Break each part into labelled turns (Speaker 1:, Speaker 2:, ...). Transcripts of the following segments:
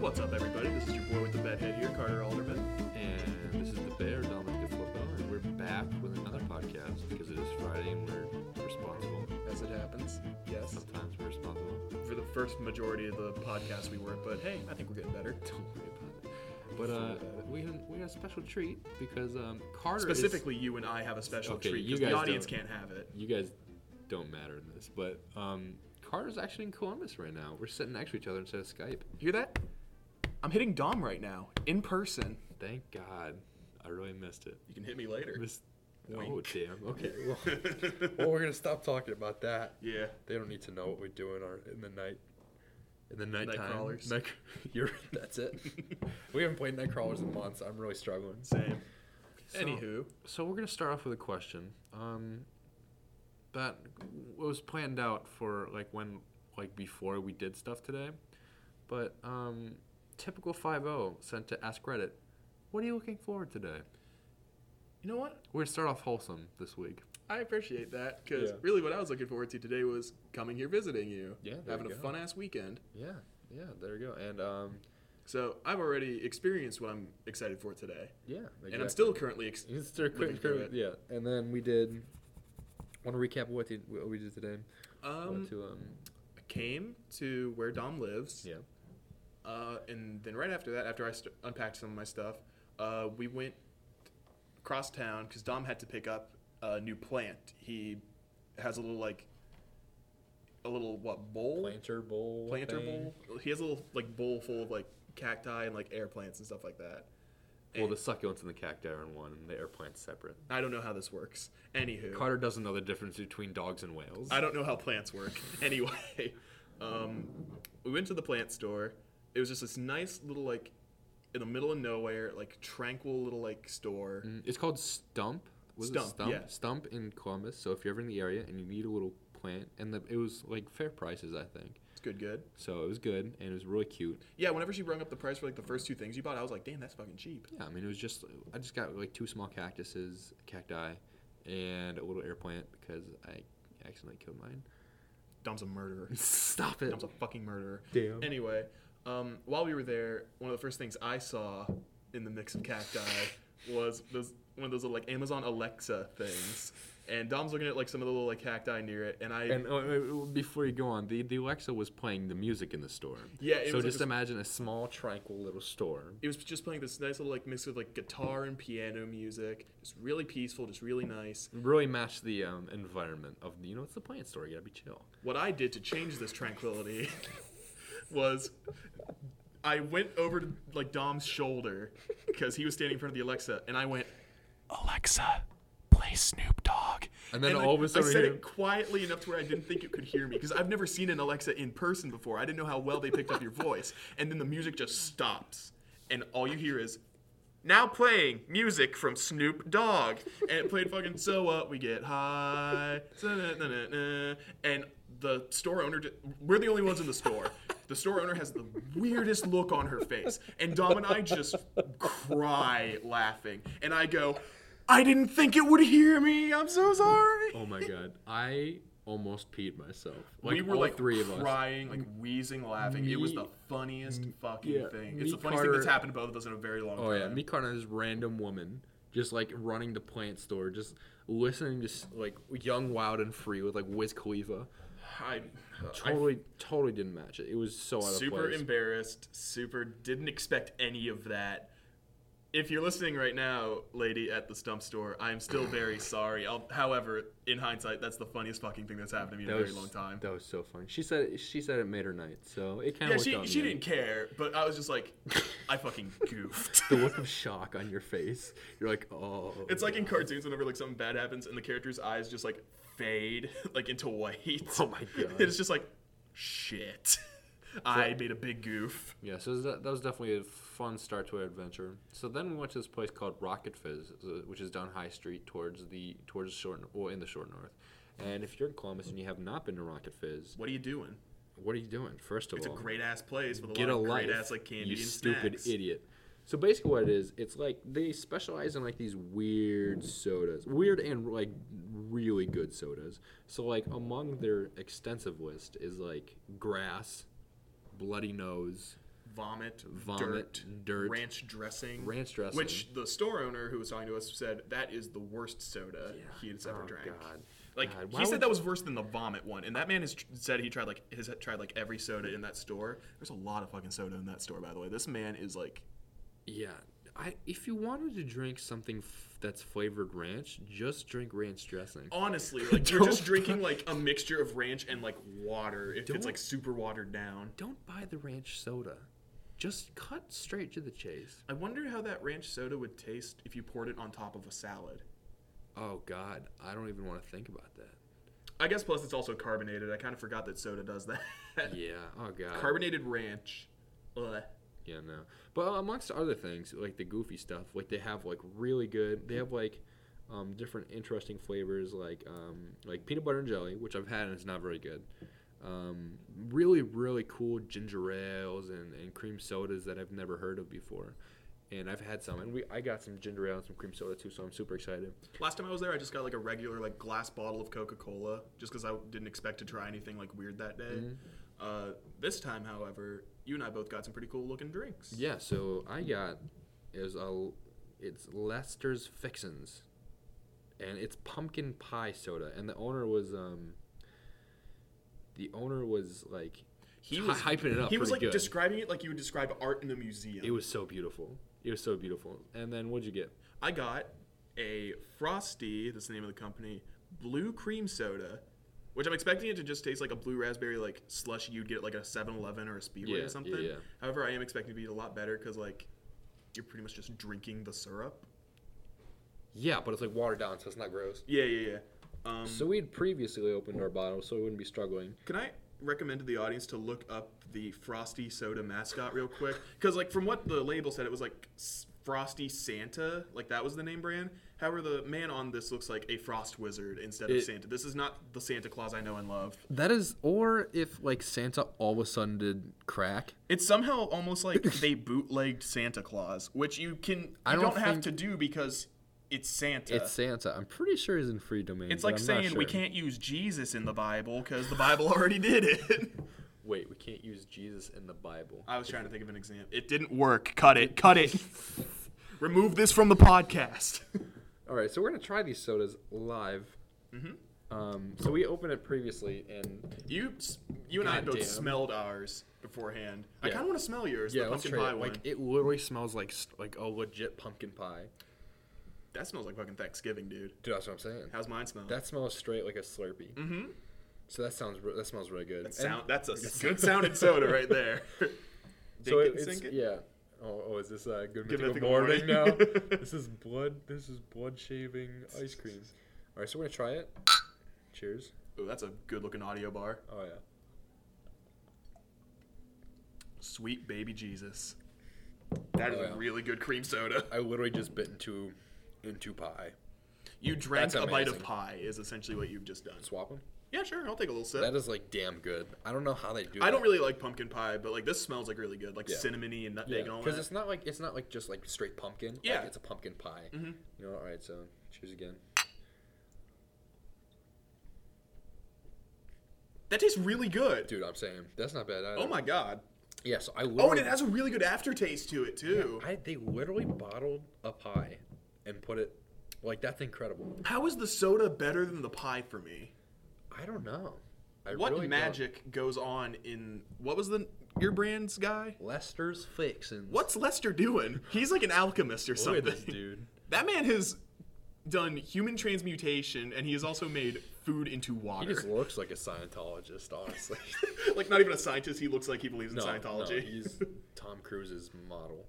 Speaker 1: What's up, everybody? This is your boy with the bedhead here, Carter Alderman.
Speaker 2: And this is the Bear, Dominic DeFlippo, and we're back with another podcast because it is Friday and we're responsible.
Speaker 1: As it happens, yes.
Speaker 2: Sometimes we're responsible.
Speaker 1: For the first majority of the podcast, we were, but hey, I think we're getting better.
Speaker 2: Don't worry about it. But uh, we had, we had a special treat because um, Carter is-
Speaker 1: Specifically, you and I have a special
Speaker 2: Okay,
Speaker 1: treat
Speaker 2: you
Speaker 1: because the
Speaker 2: guys
Speaker 1: audience
Speaker 2: don't.
Speaker 1: can't have it.
Speaker 2: you guys don't matter in this, but um, Carter's actually in Columbus right now. We're sitting next to each other instead of Skype.
Speaker 1: Hear that? I'm hitting Dom right now in person.
Speaker 2: Thank God, I really missed it.
Speaker 1: You can hit me later.
Speaker 2: This. Oh
Speaker 1: Wink.
Speaker 2: damn. Okay. Well,
Speaker 3: well, we're gonna stop talking about that.
Speaker 1: Yeah.
Speaker 3: They don't need to know what we do in our in the night. In the nighttime.
Speaker 1: crawlers.
Speaker 3: Night, you're, that's it. we haven't played night crawlers in months. I'm really struggling.
Speaker 1: Same.
Speaker 2: So-
Speaker 1: Anywho,
Speaker 2: So we're gonna start off with a question. Um, that was planned out for like when, like before we did stuff today, but um, typical five zero sent to ask Reddit. What are you looking forward today?
Speaker 1: you know what?
Speaker 2: We're gonna start off wholesome this week.
Speaker 1: I appreciate that because
Speaker 3: Yeah.
Speaker 1: really what I was looking forward to today was coming here visiting you.
Speaker 2: Yeah, there
Speaker 1: Having
Speaker 2: you
Speaker 1: a
Speaker 2: go.
Speaker 1: fun ass weekend.
Speaker 2: Yeah, yeah. There you go. And um,
Speaker 1: So I've already experienced what I'm excited for today.
Speaker 2: yeah.
Speaker 1: And I'm still currently ex- Looking
Speaker 3: quick,
Speaker 1: through it.
Speaker 3: yeah. And then we did. Want to recap what, did, what we did today?
Speaker 1: um,
Speaker 3: Went to um.
Speaker 1: came to where Dom lives.
Speaker 2: Yeah.
Speaker 1: Uh, and then right after that, after I st- unpacked some of my stuff, uh, we went across town because Dom had to pick up a new plant. He has a little like a little what bowl
Speaker 3: Planter bowl.
Speaker 1: planter
Speaker 3: thing.
Speaker 1: bowl. He has a little like bowl full of like cacti and like air plants and stuff like that.
Speaker 2: Well,
Speaker 1: And
Speaker 2: the succulents and the cacti are in one, and the air plant's separate.
Speaker 1: I don't know how this works. Anywho,
Speaker 2: Carter doesn't know the difference between dogs and whales.
Speaker 1: I don't know how plants work. anyway, um, we went to the plant store. It was just this nice little like in the middle of nowhere, like tranquil little like store.
Speaker 2: Mm, It's called Stump. Was
Speaker 1: Stump,
Speaker 2: It Stump?
Speaker 1: yeah.
Speaker 2: Stump in Columbus. So if you're ever in the area and you need a little plant, and the, it was like fair prices, I think.
Speaker 1: It's good, good.
Speaker 2: So it was good and it was really cute.
Speaker 1: Yeah, whenever she brung up the price for like the first two things you bought, I was like, damn, that's fucking cheap.
Speaker 2: Yeah, I mean it was just I just got like two small cactuses, cacti, and a little air plant because I accidentally killed mine.
Speaker 1: Dom's a murderer.
Speaker 2: Stop it.
Speaker 1: Dom's a fucking murderer.
Speaker 3: Damn.
Speaker 1: Anyway, um, while we were there, one of the first things I saw in the mix of cacti was those one of those little, like Amazon Alexa things. And Dom's looking at like some of the little like cacti near it, and I
Speaker 2: And uh, uh, before you go on, the, the Alexa was playing the music in the store.
Speaker 1: Yeah, it
Speaker 2: so
Speaker 1: was like
Speaker 2: just
Speaker 1: this-
Speaker 2: imagine a small, tranquil little store.
Speaker 1: it was just playing this nice little like mix of like guitar and piano music. Just really peaceful, just really nice.
Speaker 2: Really matched the um, environment of you know it's the plant store. You gotta be chill.
Speaker 1: What I did to change this tranquility was I went over to like Dom's shoulder because he was standing in front of the Alexa, and I went, Alexa, play Snoop Dogg.
Speaker 2: And then all
Speaker 1: I,
Speaker 2: of a sudden
Speaker 1: I said
Speaker 2: we hear-
Speaker 1: it quietly enough to where I didn't think it could hear me because I've never seen an Alexa in person before. I didn't know how well they picked up your voice. And then the music just stops, and all you hear is now playing music from Snoop Dogg. And it played fucking So What We Get High. sa-na-na-na-na. And the store owner, di- we're the only ones in the store. The store owner has the weirdest look on her face. And Dom and I just cry laughing. And I go, I didn't think it would hear me. I'm so sorry.
Speaker 2: Oh my god, I almost peed myself. Like
Speaker 1: we were
Speaker 2: all
Speaker 1: like
Speaker 2: three of us.
Speaker 1: crying, like wheezing, laughing. it was
Speaker 2: Me-
Speaker 1: the funniest fucking
Speaker 2: yeah,
Speaker 1: thing. It's
Speaker 2: me,
Speaker 1: the funniest thing that's
Speaker 2: Carter-
Speaker 1: happened to both of us in a very long
Speaker 2: Oh
Speaker 1: time.
Speaker 2: yeah, me Carter and this random woman just like running the plant store, just listening to s- like Young Wild and Free with like Wiz Khalifa.
Speaker 1: I, I
Speaker 2: Totally, totally didn't match it. It was so out of
Speaker 1: super
Speaker 2: place.
Speaker 1: embarrassed super didn't expect any of that if you're listening right now lady at the stump store i'm still very sorry I'll, however in hindsight that's the funniest fucking thing that's happened to me in a
Speaker 2: That
Speaker 1: very
Speaker 2: was-
Speaker 1: long time
Speaker 2: That was so funny. She said she said it made her night, so it kind
Speaker 1: yeah
Speaker 2: of worked
Speaker 1: she,
Speaker 2: out in
Speaker 1: she
Speaker 2: the
Speaker 1: didn't
Speaker 2: end.
Speaker 1: care but i was just like i fucking goofed
Speaker 2: The look of shock on your face. You're like, oh.
Speaker 1: it's like in cartoons whenever like something bad happens and the character's eyes just like fade like into white
Speaker 2: Oh my God.
Speaker 1: it's just like shit i made a big goof
Speaker 2: Yeah, so that, that was definitely a fun start to our adventure. So then we went to this place called Rocket Fizz, uh, which is down High Street towards the towards the short or in the short north. And if you're in Columbus and you have not been to Rocket Fizz,
Speaker 1: what are you doing
Speaker 2: what are you doing? First of
Speaker 1: it's a
Speaker 2: all,
Speaker 1: great ass place with a
Speaker 2: get a
Speaker 1: lot of
Speaker 2: life,
Speaker 1: great ass like candy
Speaker 2: you
Speaker 1: and
Speaker 2: stupid
Speaker 1: snacks.
Speaker 2: idiot. So basically, what it is, it's like they specialize in like these weird sodas, weird and like really good sodas. So like among their extensive list is like grass, bloody nose,
Speaker 1: vomit,
Speaker 2: Vomit,
Speaker 1: dirt,
Speaker 2: dirt.
Speaker 1: ranch dressing.
Speaker 2: Ranch dressing.
Speaker 1: Which the store owner who was talking to us said that is the worst soda he has ever
Speaker 2: Oh,
Speaker 1: drank.
Speaker 2: God.
Speaker 1: Like
Speaker 2: God, why
Speaker 1: he said
Speaker 2: would
Speaker 1: that
Speaker 2: you-
Speaker 1: was worse than the vomit one, and that man has tr- said he tried like has tried like every soda in that store. There's a lot of fucking soda in that store, by the way. This man is like,
Speaker 2: Yeah. I if you wanted to drink something f- that's flavored ranch, just drink ranch dressing.
Speaker 1: honestly, like you're just
Speaker 2: Don't-
Speaker 1: drinking like a mixture of ranch and like water if it's
Speaker 2: Don't-
Speaker 1: like super watered down.
Speaker 2: Don't buy the ranch soda. Just cut straight to the chase.
Speaker 1: I wonder how that ranch soda would taste if you poured it on top of a salad.
Speaker 2: Oh God, I don't even want to think about that.
Speaker 1: I guess plus it's also carbonated. I kind of forgot that soda does that.
Speaker 2: Yeah. Oh God.
Speaker 1: Carbonated ranch. Ugh.
Speaker 2: Yeah, no. But uh, amongst other things, like the goofy stuff, like they have like really good. They have like um, different interesting flavors, like um, like peanut butter and jelly, which I've had and it's not very good. Um, really, really cool ginger ales and, and cream sodas that I've never heard of before. And I've had some, and we I got some ginger ale and some cream soda too, so I'm super excited.
Speaker 1: Last time I was there, I just got like a regular like glass bottle of Coca Cola, just because I didn't expect to try anything like weird that day.
Speaker 2: Mm-hmm.
Speaker 1: Uh, this time, however, you and I both got some pretty cool looking drinks.
Speaker 2: Yeah, so I got is a it's Lester's Fixins, and it's pumpkin pie soda, and the owner was um. The owner was like
Speaker 1: he
Speaker 2: hy-
Speaker 1: was
Speaker 2: hyping it up.
Speaker 1: He was like
Speaker 2: pretty good.
Speaker 1: describing it like you would describe art in a museum.
Speaker 2: It was so beautiful. It was so beautiful. And then what'd you get?
Speaker 1: I got a Frosty, that's the name of the company, blue cream soda, which I'm expecting it to just taste like a blue raspberry like slush you'd get at like a 7-Eleven or a Speedway
Speaker 2: Yeah, yeah,
Speaker 1: or something.
Speaker 2: yeah.
Speaker 1: However, I am expecting it to be a lot better because like you're pretty much just drinking the syrup.
Speaker 2: Yeah, but it's like watered down, so it's not gross.
Speaker 1: Yeah, yeah, yeah. Um,
Speaker 2: So we had previously opened our bottle, so we wouldn't be struggling.
Speaker 1: Can I recommend to the audience to look up the Frosty Soda mascot real quick? Because like from what the label said, it was like S- Frosty Santa, like that was the name brand. However, the man on this looks like a frost wizard instead of
Speaker 2: It-
Speaker 1: Santa. This is not the Santa Claus I know and love.
Speaker 2: That is, or if like Santa all of a sudden did crack.
Speaker 1: It's somehow almost like they bootlegged Santa Claus, which you can you
Speaker 2: I
Speaker 1: don't,
Speaker 2: don't
Speaker 1: have
Speaker 2: think-
Speaker 1: to do because it's Santa.
Speaker 2: It's Santa. I'm pretty sure he's in free domain.
Speaker 1: It's
Speaker 2: but
Speaker 1: like
Speaker 2: I'm not
Speaker 1: saying we
Speaker 2: sure.
Speaker 1: can't use Jesus in the Bible because the Bible already did it.
Speaker 2: Wait, we can't use Jesus in the Bible.
Speaker 1: I was trying to think of an example. It didn't work. Cut it. Cut it. Remove this from the podcast.
Speaker 2: All right, so we're gonna try these sodas live. Mm-hmm. Um, so we opened it previously, and
Speaker 1: You, s- you and I both
Speaker 2: Goddamn.
Speaker 1: smelled ours beforehand. I
Speaker 2: Yeah.
Speaker 1: kind of want to smell yours.
Speaker 2: yeah,
Speaker 1: the
Speaker 2: let's
Speaker 1: pumpkin
Speaker 2: try
Speaker 1: pie
Speaker 2: it.
Speaker 1: one.
Speaker 2: Like it literally smells like s- like a legit pumpkin pie.
Speaker 1: that smells like fucking Thanksgiving, dude.
Speaker 2: Dude, that's what I'm saying.
Speaker 1: How's mine smell?
Speaker 2: That smells straight like a Slurpee. Mm-hmm. So that sounds re- that smells really good.
Speaker 1: That sound. That's a good sounding soda right there. Dink
Speaker 2: so
Speaker 1: it,
Speaker 2: it's
Speaker 1: sink it?
Speaker 2: yeah. Oh, oh, is this uh, good
Speaker 1: Good
Speaker 2: mythical,
Speaker 1: Mythical
Speaker 2: morning,
Speaker 1: Morning.
Speaker 2: now? this is blood. This is blood shaving ice cream. All right, so we're gonna try it. Cheers.
Speaker 1: Ooh, that's a good looking audio bar.
Speaker 2: Oh yeah.
Speaker 1: Sweet baby Jesus. That is
Speaker 2: Oh, yeah.
Speaker 1: a really good cream soda.
Speaker 2: I literally just bit into into pie.
Speaker 1: You drank
Speaker 2: That's
Speaker 1: a bite of
Speaker 2: amazing.
Speaker 1: pie is essentially what you've just done.
Speaker 2: Swap them.
Speaker 1: Yeah, sure. I'll take a little sip.
Speaker 2: That is like damn good. I don't know how they do.
Speaker 1: I don't really like pumpkin pie, but like this smells like really good, like
Speaker 2: Yeah.
Speaker 1: cinnamony and nutmeg and all
Speaker 2: because
Speaker 1: that.
Speaker 2: it's not like it's not like just like straight pumpkin. like,
Speaker 1: Yeah. Mm-hmm.
Speaker 2: it's a pumpkin pie. You know. All right, so cheers again.
Speaker 1: That tastes really good.
Speaker 2: Dude, I'm saying that's not bad. Either.
Speaker 1: Oh my god.
Speaker 2: Yeah. So I. Literally,
Speaker 1: Oh, and it has a really good aftertaste to it too.
Speaker 2: I they literally bottled a pie, and put it, like that's incredible.
Speaker 1: How is the soda better than the pie for me?
Speaker 2: I don't know. I
Speaker 1: What
Speaker 2: really don't.
Speaker 1: magic goes on in what was the your brand's guy?
Speaker 2: Lester's fixins.
Speaker 1: What's Lester doing? He's like an alchemist or
Speaker 2: Look
Speaker 1: something.
Speaker 2: at this dude.
Speaker 1: That man has done human transmutation and he has also made food into
Speaker 2: He
Speaker 1: water.
Speaker 2: just looks like a Scientologist, honestly.
Speaker 1: like not even a scientist, he looks like he believes in
Speaker 2: No, no,
Speaker 1: Scientology.
Speaker 2: he's Tom Cruise's model.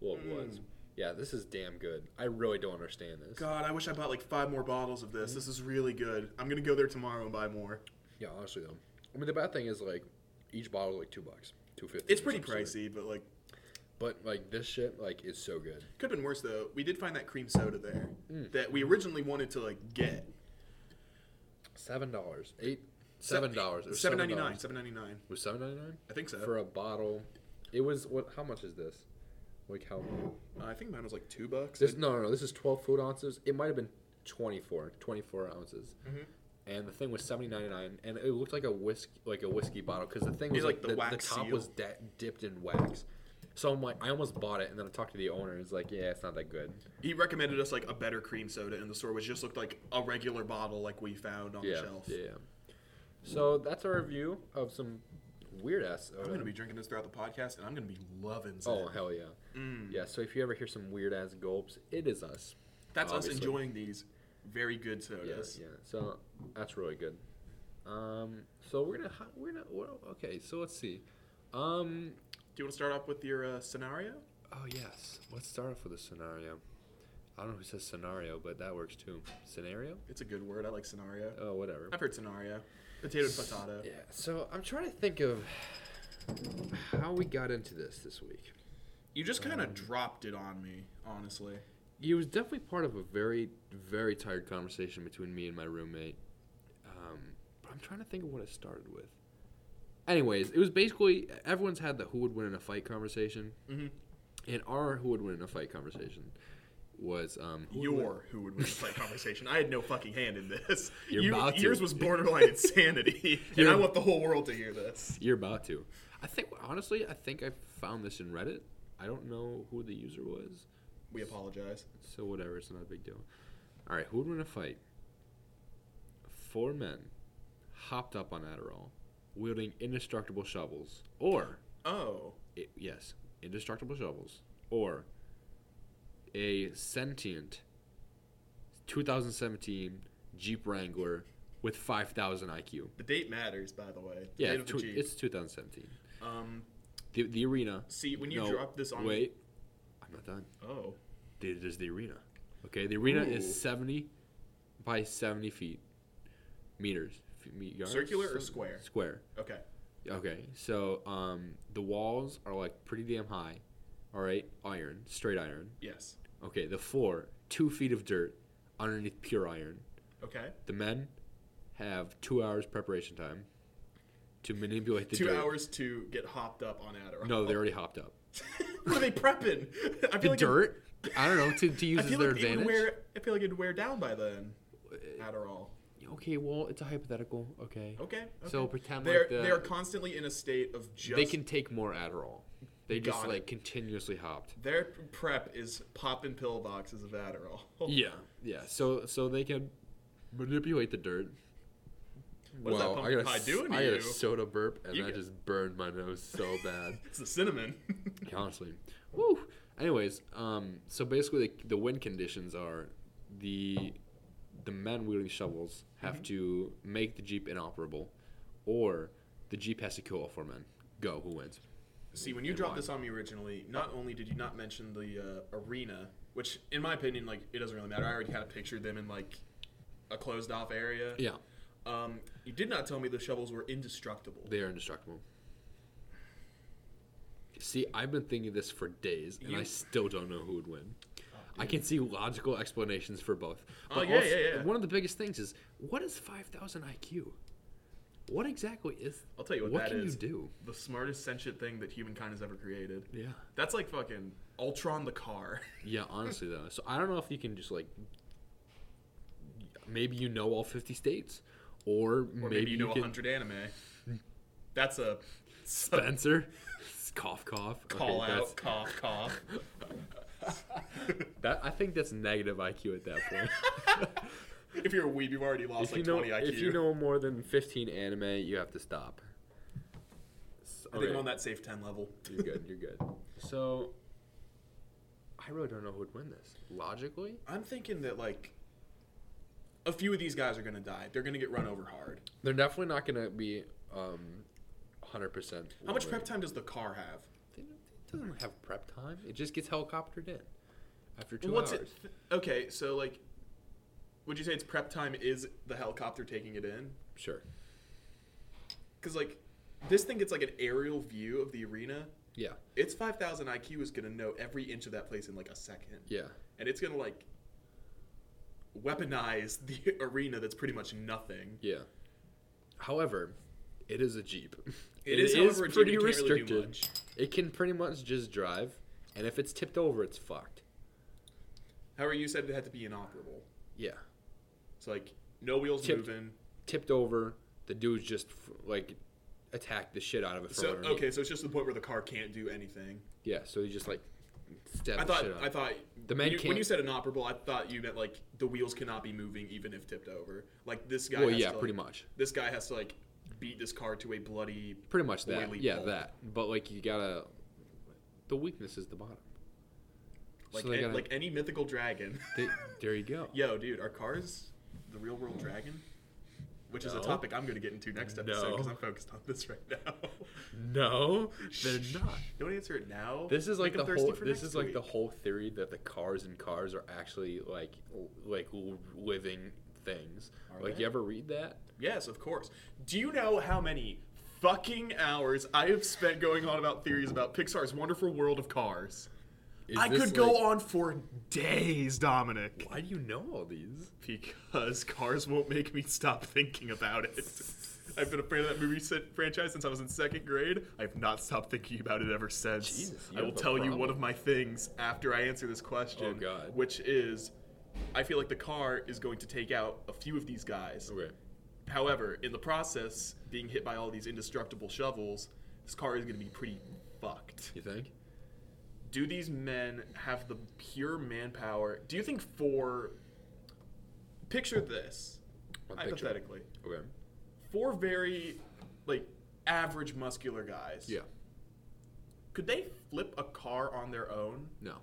Speaker 2: Well, it was.
Speaker 1: Hmm.
Speaker 2: Yeah, this is damn good. I really don't understand this.
Speaker 1: God, I wish I bought like five more bottles of this. This is really good. I'm gonna go there tomorrow and buy more.
Speaker 2: Yeah, honestly though. I mean, the bad thing is like each bottle is like two bucks, two fifty.
Speaker 1: It's pretty pricey, but like
Speaker 2: But like this shit, like is so good.
Speaker 1: could have been worse though. We did find that cream soda there that we originally wanted to like get.
Speaker 2: Seven dollars, eight, seven dollars, It was
Speaker 1: Seven ninety nine.
Speaker 2: $7.
Speaker 1: Seven ninety nine.
Speaker 2: Was seven ninety nine
Speaker 1: I think so.
Speaker 2: for a bottle? It was what? How much is this? Like how?
Speaker 1: Uh, I think mine was like two bucks.
Speaker 2: This no no no. This is twelve food ounces. It might have been 24, 24 ounces.
Speaker 1: Mm-hmm.
Speaker 4: and the thing was seventy ninety nine, and it looked like a whiskey like a whiskey bottle because the thing
Speaker 1: Yeah,
Speaker 4: was
Speaker 1: like
Speaker 4: like
Speaker 1: the
Speaker 4: the, the,
Speaker 1: wax
Speaker 4: top
Speaker 1: seal.
Speaker 4: was da- dipped in wax. So I'm like, I almost bought it, and then I talked to the owner. He's like, "Yeah, it's not that good."
Speaker 1: He recommended us like a better cream soda in the store, which just looked like a regular bottle like we found on
Speaker 4: yeah,
Speaker 1: the shelf.
Speaker 4: yeah. So that's our review of some weird ass.
Speaker 1: I'm gonna be Mm-hmm. drinking this throughout the podcast, and I'm gonna be loving. Mm.
Speaker 4: Oh
Speaker 1: Zen.
Speaker 4: hell yeah, yeah. So if you ever hear some weird ass gulps, it is us.
Speaker 1: That's us
Speaker 4: obviously.
Speaker 1: enjoying these very good
Speaker 4: Yeah,
Speaker 1: sodas.
Speaker 4: yeah. So that's really good. Um, so we're gonna hi- we're gonna well, okay. So let's see. Um,
Speaker 1: Do you want to start off with your uh, scenario?
Speaker 4: oh yes, let's start off with a scenario. I don't know who says scenario, but that works too. Scenario?
Speaker 1: It's a good word. I like scenario.
Speaker 4: Oh, whatever.
Speaker 1: I've heard scenario. Potato potato.
Speaker 4: Yeah. So I'm trying to think of how we got into this this week.
Speaker 1: You just kind of
Speaker 2: Um,
Speaker 1: dropped it on me, honestly.
Speaker 2: It was definitely part of a very, very tired conversation between me and my roommate. Um, but I'm trying to think of what it started with. Anyways, it was basically everyone's had the who would win in a fight conversation,
Speaker 1: Mm-hmm.
Speaker 2: and our who would win in a fight conversation was um, who would win-
Speaker 1: Your who would win the fight conversation. I had no fucking hand in this.
Speaker 2: You're
Speaker 1: You-
Speaker 2: about to.
Speaker 1: yours was borderline insanity, and I
Speaker 2: You're-
Speaker 1: want the whole world to hear this.
Speaker 2: You're about to. I think honestly, I think I found this in Reddit. I don't know who the user was,
Speaker 1: We apologize.
Speaker 2: so whatever. It's not a big deal. All right, who would win a fight? Four men hopped up on Adderall, wielding indestructible shovels, or
Speaker 1: Oh,
Speaker 2: i yes, indestructible shovels, or a sentient 2017 Jeep Wrangler with 5,000 IQ.
Speaker 1: the date matters, by the way. The
Speaker 2: Yeah,
Speaker 1: date of the
Speaker 2: tw-
Speaker 1: Jeep.
Speaker 2: it's 2017.
Speaker 1: um.
Speaker 2: The, the arena.
Speaker 1: See, when you
Speaker 2: No,
Speaker 1: drop this on
Speaker 2: Wait, I'm not done.
Speaker 1: oh,
Speaker 2: There- There's the arena. Okay, the arena
Speaker 1: Ooh.
Speaker 2: is 70 by 70 feet, meters, feet, me- yards,
Speaker 1: Circular or
Speaker 2: some-
Speaker 1: square?
Speaker 2: Square.
Speaker 1: okay.
Speaker 2: Okay, so um, the walls are like pretty damn high. All right, iron, straight iron.
Speaker 1: Yes.
Speaker 2: Okay, the floor, two feet of dirt underneath pure iron.
Speaker 1: Okay.
Speaker 2: The men have two hours preparation time to manipulate the
Speaker 1: Two
Speaker 2: dirt.
Speaker 1: hours to get hopped up on Adderall.
Speaker 2: No, they already hopped up.
Speaker 1: what are they prepping? I
Speaker 2: The
Speaker 1: like it-
Speaker 2: dirt. I don't know to, to use
Speaker 1: I
Speaker 2: as
Speaker 1: feel
Speaker 2: their
Speaker 1: like it
Speaker 2: advantage.
Speaker 1: would wear. I feel like it'd wear down by then. Adderall.
Speaker 2: Okay, well, it's a hypothetical. Okay.
Speaker 1: Okay.
Speaker 2: So
Speaker 1: okay.
Speaker 2: pretend
Speaker 1: they're
Speaker 2: like the,
Speaker 1: they are constantly in a state of just
Speaker 2: they can take more Adderall. They just
Speaker 1: Got it.
Speaker 2: like continuously hopped.
Speaker 1: Their prep is popping pill boxes of Adderall.
Speaker 2: Yeah, yeah. So so they can manipulate the dirt.
Speaker 1: What is that pumpkin pie doing to
Speaker 2: I got
Speaker 1: you?
Speaker 2: a soda burp and
Speaker 1: You
Speaker 2: that
Speaker 1: got-
Speaker 2: just burned my nose so bad.
Speaker 1: It's the cinnamon.
Speaker 2: Honestly, woo. Anyways, um, so basically the, the wind conditions are the the men wielding shovels have
Speaker 1: Mm-hmm.
Speaker 2: to make the jeep inoperable, or the jeep has to kill all four men. Go, who wins?
Speaker 1: See, when you
Speaker 2: And
Speaker 1: dropped
Speaker 2: why?
Speaker 1: this on me originally, not only did you not mention the uh, arena, which in my opinion, like it doesn't really matter. I already kind of pictured them in like a closed off area.
Speaker 2: Yeah,
Speaker 1: Um, you did not tell me the shovels were indestructible.
Speaker 2: they are indestructible. See, I've been thinking this for days, and I
Speaker 1: You-
Speaker 2: still don't know who would win. I can see logical explanations for both.
Speaker 1: Oh, yeah, yeah, yeah.
Speaker 2: One of the biggest things is what is 5,000 IQ? What exactly is?
Speaker 1: I'll tell you what
Speaker 2: What
Speaker 1: that
Speaker 2: can
Speaker 1: is.
Speaker 2: you do?
Speaker 1: the smartest sentient thing that humankind has ever created.
Speaker 2: Yeah.
Speaker 1: That's like fucking Ultron the car.
Speaker 2: Yeah, honestly though. So I don't know if you can just like maybe you know all 50 states or,
Speaker 1: Or
Speaker 2: maybe,
Speaker 1: maybe, you know
Speaker 2: can,
Speaker 1: 100 anime. That's a
Speaker 2: Spencer cough cough Okay,
Speaker 1: call
Speaker 2: that's-
Speaker 1: out, cough, cough.
Speaker 2: That I think that's negative IQ at that point.
Speaker 1: if you're a weeb, you've already lost
Speaker 2: if you
Speaker 1: like 20
Speaker 2: know
Speaker 1: IQ.
Speaker 2: if you know more than 15 anime, you have to stop. S-
Speaker 1: I think I'm
Speaker 2: okay,
Speaker 1: on that safe 10 level.
Speaker 2: You're good. You're good. So I really don't know who would win this. Logically,
Speaker 1: I'm thinking that like a few of these guys are gonna die. They're gonna get run over hard.
Speaker 2: they're definitely not going to be um 100%.
Speaker 1: How much
Speaker 2: one way.
Speaker 1: prep time does the car have?
Speaker 2: It doesn't have prep time. It just gets helicoptered in after two
Speaker 1: What's
Speaker 2: hours.
Speaker 1: it? Okay, so like, would you say its prep time is the helicopter taking it in?
Speaker 2: Sure.
Speaker 1: Because like, this thing gets like an aerial view of the arena.
Speaker 2: Yeah.
Speaker 1: Its 5,000 IQ is gonna know every inch of that place in like a second,
Speaker 2: Yeah.
Speaker 1: and it's gonna like weaponize the arena that's pretty much nothing.
Speaker 2: Yeah. However, it is a jeep.
Speaker 1: It is, however, a Jeep, it can't really do much.
Speaker 2: It can pretty much just drive, and if it's tipped over, it's fucked.
Speaker 1: However, you said it had to be inoperable.
Speaker 2: Yeah.
Speaker 1: So like, no wheels
Speaker 2: Tipped.
Speaker 1: moving.
Speaker 2: tipped over. The dude's just f- like attacked the shit out of it. From
Speaker 1: So
Speaker 2: underneath.
Speaker 1: okay, so it's just the point where the car can't do anything.
Speaker 2: Yeah, so he just like stabbed
Speaker 1: I
Speaker 2: the
Speaker 1: thought
Speaker 2: shit out. of
Speaker 1: I
Speaker 2: it.
Speaker 1: thought
Speaker 2: The
Speaker 1: when
Speaker 2: man
Speaker 1: you, when
Speaker 2: can't-
Speaker 1: you said inoperable, I thought you meant like the wheels cannot be moving even if tipped over. Like this guy.
Speaker 2: Well,
Speaker 1: has
Speaker 2: yeah,
Speaker 1: to,
Speaker 2: pretty
Speaker 1: like-
Speaker 2: much.
Speaker 1: This guy has to like beat this car to a bloody.
Speaker 2: Pretty much that.
Speaker 1: oily
Speaker 2: yeah,
Speaker 1: pulp.
Speaker 2: that. But like you gotta. The weakness is the bottom.
Speaker 1: Like,
Speaker 2: so they
Speaker 1: an-
Speaker 2: gotta.
Speaker 1: like any mythical dragon.
Speaker 2: they- there you go.
Speaker 1: Yo, dude, are cars the real world dragon? Which is a
Speaker 2: No.
Speaker 1: topic I'm going to get into next episode because
Speaker 2: No.
Speaker 1: I'm focused on this right now.
Speaker 2: No, they're not.
Speaker 1: Don't answer it now.
Speaker 2: This is like
Speaker 1: Make 'em
Speaker 2: the
Speaker 1: thirsty
Speaker 2: whole.
Speaker 1: for
Speaker 2: This
Speaker 1: next
Speaker 2: is like the
Speaker 1: week.
Speaker 2: whole theory that the cars and cars are actually like l- like l- living things.
Speaker 1: Are
Speaker 2: like
Speaker 1: they?
Speaker 2: you ever read that?
Speaker 1: Yes, of course. Do you know how many fucking hours I have spent going on about theories about Pixar's wonderful world of cars?
Speaker 2: Is
Speaker 1: I
Speaker 2: this,
Speaker 1: could go
Speaker 2: like-
Speaker 1: on for days, Dominic.
Speaker 2: Why do you know all these?
Speaker 1: Because cars won't make me stop thinking about it. I've been a fan of that movie si- franchise since I was in second grade. I've not stopped thinking about it ever since.
Speaker 2: Jesus, you
Speaker 1: I will
Speaker 2: have a
Speaker 1: tell you one
Speaker 2: problem.
Speaker 1: of my things after I answer this question,
Speaker 2: Oh, God.
Speaker 1: which is, I feel like the car is going to take out a few of these guys.
Speaker 2: Okay.
Speaker 1: However, in the process, being hit by all these indestructible shovels, this car is going to be pretty fucked.
Speaker 2: You think?
Speaker 1: Do these men have the pure manpower? Do you think four. Picture this,
Speaker 2: What picture?
Speaker 1: hypothetically.
Speaker 2: Okay.
Speaker 1: Four very, like, average muscular guys.
Speaker 2: Yeah.
Speaker 1: Could they flip a car on their own?
Speaker 5: No,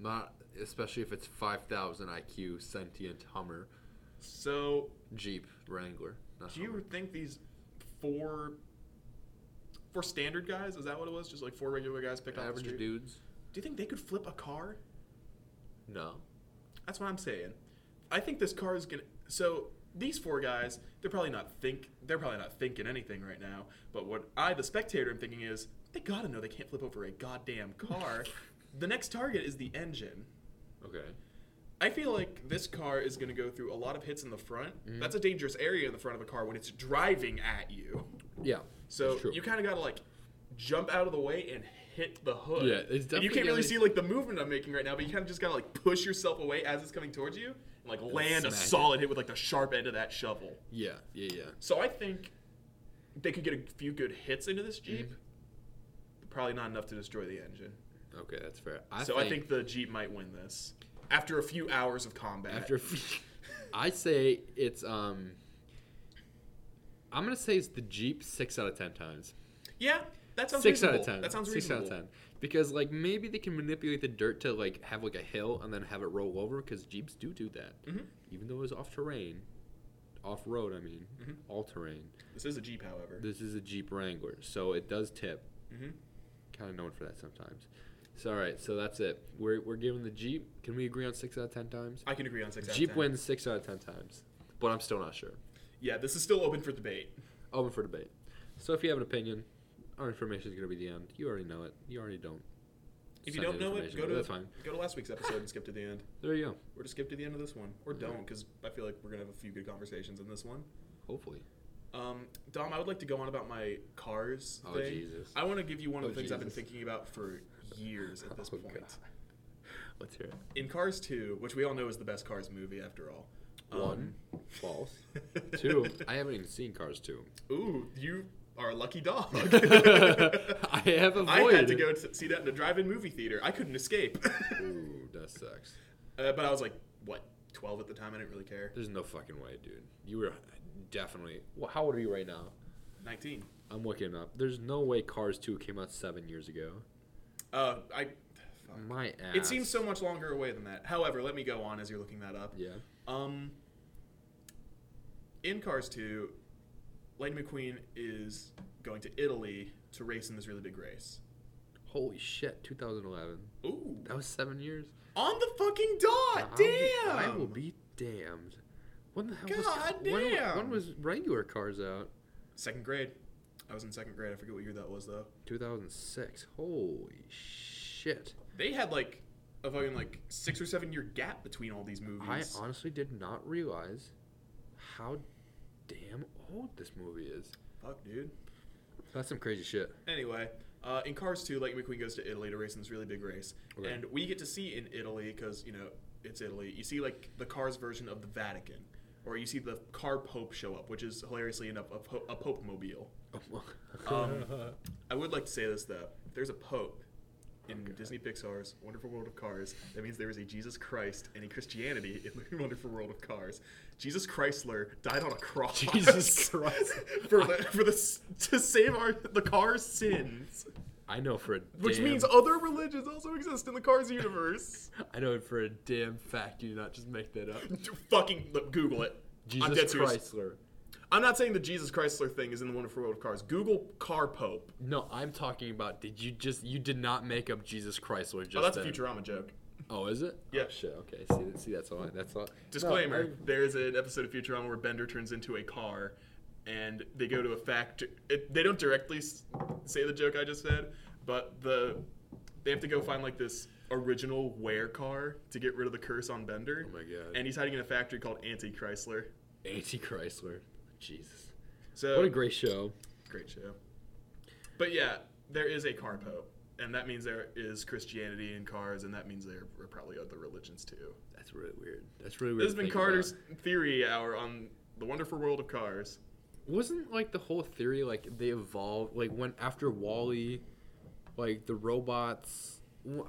Speaker 5: not especially if it's five thousand IQ sentient Hummer
Speaker 1: So,
Speaker 5: Jeep Wrangler.
Speaker 1: do
Speaker 5: Not
Speaker 2: Uh-huh.
Speaker 1: you
Speaker 5: Hummer.
Speaker 1: think these four. Four standard guys? Is that what it was? Just like four regular guys picked off the
Speaker 5: average
Speaker 1: street?
Speaker 5: dudes?
Speaker 1: Do you think they could flip a car?
Speaker 5: No.
Speaker 1: That's what I'm saying. I think this car is gonna. So these four guys, they're probably not think. They're probably not thinking anything right now. But what I, the spectator, am thinking is, they gotta know they can't flip over a goddamn car. the next target is the engine.
Speaker 2: Okay.
Speaker 1: I feel like this car is gonna go through a lot of hits in the front. That's a dangerous area in the front of a car when it's driving at you.
Speaker 2: Yeah.
Speaker 1: So
Speaker 2: That's true.
Speaker 1: you kind of gotta like jump out of the way and hit the hood.
Speaker 2: Yeah, it's
Speaker 1: and you can't
Speaker 2: definitely
Speaker 1: really
Speaker 2: gotta-
Speaker 1: see like the movement I'm making right now, but you kind of just gotta like push yourself away as it's coming towards you and like land a
Speaker 2: smack it.
Speaker 1: solid hit with like the sharp end of that shovel.
Speaker 2: Yeah. Yeah. Yeah.
Speaker 1: So I think they could get a few good hits into this jeep,
Speaker 2: Mm-hmm.
Speaker 1: but probably not enough to destroy the engine.
Speaker 2: Okay, that's fair.
Speaker 1: so I think the jeep might win this after a few hours of combat.
Speaker 2: After, I say it's um. I'm gonna say it's the Jeep six out of ten times.
Speaker 1: yeah, that sounds
Speaker 2: six out
Speaker 1: reasonable.
Speaker 2: of ten.
Speaker 1: That sounds
Speaker 2: six
Speaker 1: reasonable.
Speaker 2: out of ten. Because like maybe they can manipulate the dirt to like have like a hill and then have it roll over because Jeeps do do that.
Speaker 1: Mhm.
Speaker 2: Even though it's off terrain, off road. I mean,
Speaker 1: Mhm.
Speaker 2: all terrain.
Speaker 1: This is a jeep, however.
Speaker 2: This is a Jeep Wrangler, so it does tip.
Speaker 1: hmm
Speaker 2: Kind of known for that sometimes. So all right, so that's it. We're we're giving the Jeep. Can we agree on six out of ten times?
Speaker 1: I can agree on six. out of
Speaker 2: Jeep
Speaker 1: 10.
Speaker 2: wins six out of ten times, but I'm still not sure.
Speaker 1: Yeah, this is still open for debate.
Speaker 2: Open for debate. So if you have an opinion, our information is going to be the end. You already know it. You already don't.
Speaker 1: If you
Speaker 2: Send
Speaker 1: don't know it,
Speaker 2: information,
Speaker 1: go
Speaker 2: but
Speaker 1: to
Speaker 2: that's fine.
Speaker 1: go to last week's episode and skip to the end,
Speaker 2: There you go.
Speaker 1: or just skip to the end of this one, or
Speaker 2: Mhm.
Speaker 1: don't, because I feel like we're gonna have a few good conversations in this one.
Speaker 2: Hopefully.
Speaker 1: Um, Dom, I would like to go on about my cars
Speaker 2: Oh,
Speaker 1: thing.
Speaker 2: Jesus.
Speaker 1: I want to give you one of
Speaker 2: Oh,
Speaker 1: the things I've been
Speaker 2: Jesus.
Speaker 1: thinking about for years at this
Speaker 2: Oh,
Speaker 1: point.
Speaker 2: God. Let's hear it.
Speaker 1: In Cars Two, which we all know is the best Cars movie after all. Um,
Speaker 2: One, false. Two. Um, I haven't even seen Cars two.
Speaker 1: Ooh, you are a lucky dog.
Speaker 2: I have a
Speaker 1: I had to
Speaker 2: void.
Speaker 1: go to see that in a drive-in movie theater. I couldn't escape.
Speaker 2: Ooh, that sucks.
Speaker 1: Uh, but I was like, what, 12 at the time? I didn't really care.
Speaker 2: There's no fucking way, dude. You were definitely. Well, how old are you right now?
Speaker 1: 19.
Speaker 2: I'm looking up. There's no way Cars two came out seven years ago.
Speaker 1: Uh, I. fuck.
Speaker 2: My ass.
Speaker 1: It seems so much longer away than that. However, let me go on as you're looking that up.
Speaker 2: Yeah.
Speaker 1: Um, in Cars 2, Lightning McQueen is going to Italy to race in this really big race.
Speaker 2: Holy shit, 2011.
Speaker 1: Ooh.
Speaker 2: That was seven years.
Speaker 1: On the fucking dot! Damn!
Speaker 2: I will be damned. When the hell was
Speaker 1: God
Speaker 2: when-
Speaker 1: damn.
Speaker 2: When, was regular cars out?
Speaker 1: Second grade. I was in second grade. I forget what year that was, though.
Speaker 2: 2006. Holy shit.
Speaker 1: They had like a fucking like six or seven year gap between all these movies.
Speaker 2: I honestly did not realize how damn old this movie is.
Speaker 1: Fuck, dude.
Speaker 2: That's some crazy shit.
Speaker 1: Anyway, uh, in Cars 2, Lightning McQueen goes to Italy to race in this really big race.
Speaker 2: Okay.
Speaker 1: And we get to see in Italy, because, you know, it's Italy, you see, like, the Cars version of the Vatican. or you see the car Pope show up, which is hilariously enough a, po- a Pope mobile. Um, I would like to say this though: if there's a Pope in Disney Pixar's Wonderful World of Cars, that means there was a Jesus Christ and a Christianity in the Wonderful World of Cars. Jesus Chrysler died on a cross.
Speaker 2: Jesus Christ.
Speaker 1: for the, for the s- to save our the car's sins,
Speaker 2: I know for a
Speaker 1: which
Speaker 2: damn,
Speaker 1: means other religions also exist in the Cars universe.
Speaker 2: I know for a damn fact you did not just make that up.
Speaker 1: D- Fucking look, Google it. I'm dead
Speaker 2: Jesus
Speaker 1: serious.
Speaker 2: Chrysler.
Speaker 1: I'm not saying the Jesus Chrysler thing is in the Wonderful World of Cars. Google car Pope.
Speaker 2: No, I'm talking about. Did you just? You did not make up Jesus Chrysler. Just
Speaker 1: Oh, that's a
Speaker 2: then.
Speaker 1: Futurama joke.
Speaker 2: Oh, is it?
Speaker 1: Yeah.
Speaker 6: Oh, shit. Okay. See, see, that's all. I- That's all.
Speaker 1: Disclaimer:
Speaker 6: No, I-
Speaker 1: There is an episode of Futurama where Bender turns into a car, and they go to a fact. It, they don't directly s- say the joke I just said, but the they have to go find like this original wear car to get rid of the curse on Bender.
Speaker 6: Oh my God.
Speaker 1: And he's hiding in a factory called Anti Chrysler.
Speaker 6: Anti Chrysler. Jesus.
Speaker 1: So
Speaker 6: What a great show.
Speaker 1: great show. But yeah, there is a car pope, and that means there is Christianity in cars, and that means there are probably other religions too.
Speaker 6: That's really weird. That's really weird.
Speaker 1: This has
Speaker 6: to
Speaker 1: been
Speaker 6: think about.
Speaker 1: Carter's theory hour on the wonderful world of cars.
Speaker 2: Wasn't like the whole theory like they evolved like when after Wally, like the robots. wha-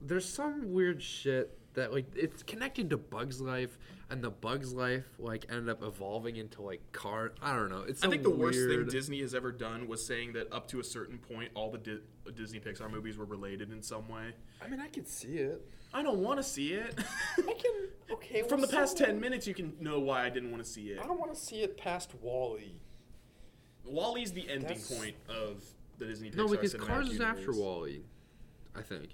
Speaker 2: There's some weird shit that like it's connected to Bugs Life, and the Bugs Life like ended up evolving into like car. I don't know. It's
Speaker 1: I
Speaker 2: some
Speaker 1: think the worst thing
Speaker 2: weird-
Speaker 1: Disney has ever done was saying that up to a certain point, all the Di- Disney Pixar movies were related in some way.
Speaker 2: I mean, I could see it.
Speaker 1: I don't want to see it.
Speaker 2: I can. Okay.
Speaker 1: From the
Speaker 2: well,
Speaker 1: past
Speaker 2: so-
Speaker 1: ten minutes, you can know why I didn't want to see it.
Speaker 2: I don't want to see it past Wally.
Speaker 1: Wally's the ending
Speaker 2: That's-
Speaker 1: point of the Disney Pixar.
Speaker 2: No, because
Speaker 1: cinematic
Speaker 2: Cars is after
Speaker 1: universe.
Speaker 2: Wally, I think.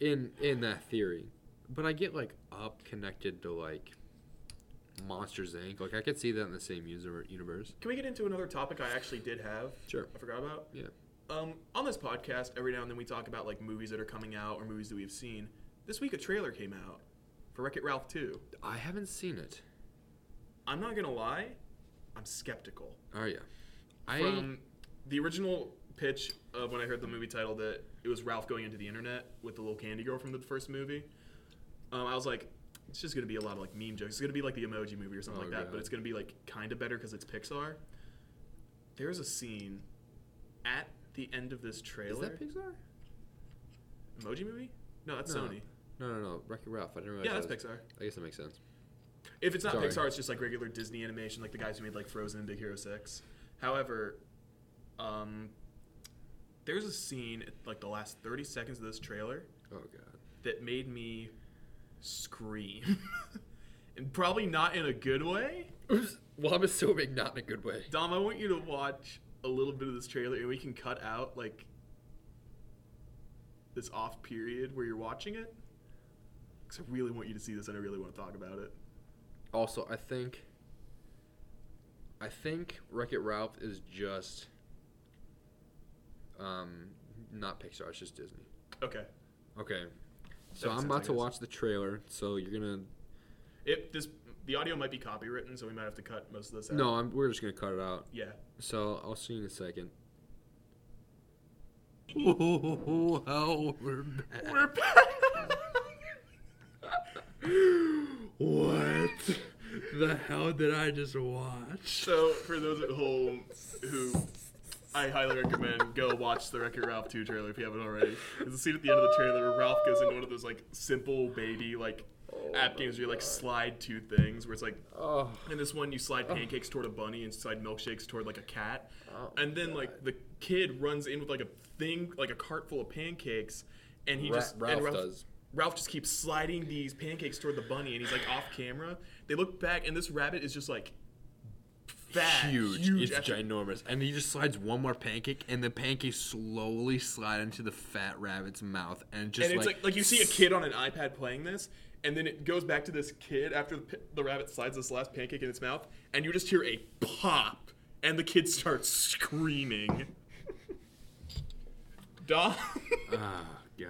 Speaker 2: In in that theory, but I get like up connected to like Monsters Inc. Like I could see that in the same user universe.
Speaker 1: Can we get into another topic I actually did have?
Speaker 2: Sure.
Speaker 1: I forgot about.
Speaker 2: Yeah.
Speaker 1: Um, on this podcast, every now and then we talk about like movies that are coming out or movies that we've seen. This week, a trailer came out for Wreck It Ralph 2.
Speaker 2: I haven't seen it.
Speaker 1: I'm not gonna lie, I'm skeptical.
Speaker 2: Oh yeah. I
Speaker 1: From the original pitch of when I heard the movie title that it was Ralph going into the internet with the little candy girl from the first movie, um, I was like, it's just gonna be a lot of like meme jokes. It's gonna be like the emoji movie or something
Speaker 2: Oh,
Speaker 1: like that,
Speaker 2: God.
Speaker 1: but it's gonna be like kind of better because it's Pixar. There's a scene at the end of this
Speaker 2: is
Speaker 1: trailer.
Speaker 2: that Pixar?
Speaker 1: Emoji movie? No, that's
Speaker 2: No. Oh,
Speaker 1: Sony.
Speaker 2: No, no, no. Wreck-It Ralph. I didn't realize.
Speaker 1: Yeah,
Speaker 2: that
Speaker 1: that's
Speaker 2: was-
Speaker 1: Pixar.
Speaker 2: I guess that makes sense.
Speaker 1: If it's not
Speaker 2: Sorry.
Speaker 1: Pixar, it's just like regular Disney animation, like the guys who made like Frozen and Big Hero Six. However, um, there's a scene at like the last 30 seconds of this trailer
Speaker 2: Oh god.
Speaker 1: that made me scream, and probably not in a good way.
Speaker 2: Oops. Well, I'm assuming not in a good way.
Speaker 1: Dom, I want you to watch a little bit of this trailer, and we can cut out like this off period where you're watching it, because I really want you to see this, and I really want to talk about it.
Speaker 2: Also, I think I think Wreck It Ralph is just um not Pixar, it's just Disney.
Speaker 1: Okay.
Speaker 2: Okay.
Speaker 1: makes
Speaker 2: So I'm
Speaker 1: sense, I
Speaker 2: about to
Speaker 1: guess.
Speaker 2: watch the trailer, so you're gonna
Speaker 1: It this the audio might be copywritten, so we might have to cut most of this out.
Speaker 2: No, I'm, we're just gonna cut it out.
Speaker 1: Yeah.
Speaker 2: So I'll see you in a second. Oh, we're back.
Speaker 1: We're back.
Speaker 2: What the hell did I just watch?
Speaker 1: so for those at home who I highly recommend go watch the Wreck-It Ralph 2 trailer if you haven't already. There's a scene at the end of the trailer where Ralph goes into one of those like simple baby like app games where you like slide two things where it's like
Speaker 2: Oh,
Speaker 1: In this one, you slide pancakes toward a bunny and slide milkshakes toward like a cat.
Speaker 2: Oh,
Speaker 1: and then like the kid runs in with like a thing, like a cart full of pancakes, and he
Speaker 2: Ra-
Speaker 1: just and
Speaker 2: Ralph does.
Speaker 1: Ralph just keeps sliding these pancakes toward the bunny, and he's like off camera. They look back, and this rabbit is just like fat,
Speaker 2: huge.
Speaker 1: huge,
Speaker 2: It's
Speaker 1: after-
Speaker 2: ginormous. And he just slides one more pancake, and the pancake slowly slide into the fat rabbit's mouth, and just
Speaker 1: and it's like, like you see a kid on an iPad playing this, and then it goes back to this kid after the, p- the rabbit slides this last pancake in its mouth, and you just hear a pop, and the kid starts screaming. Dom,
Speaker 2: Ah, god.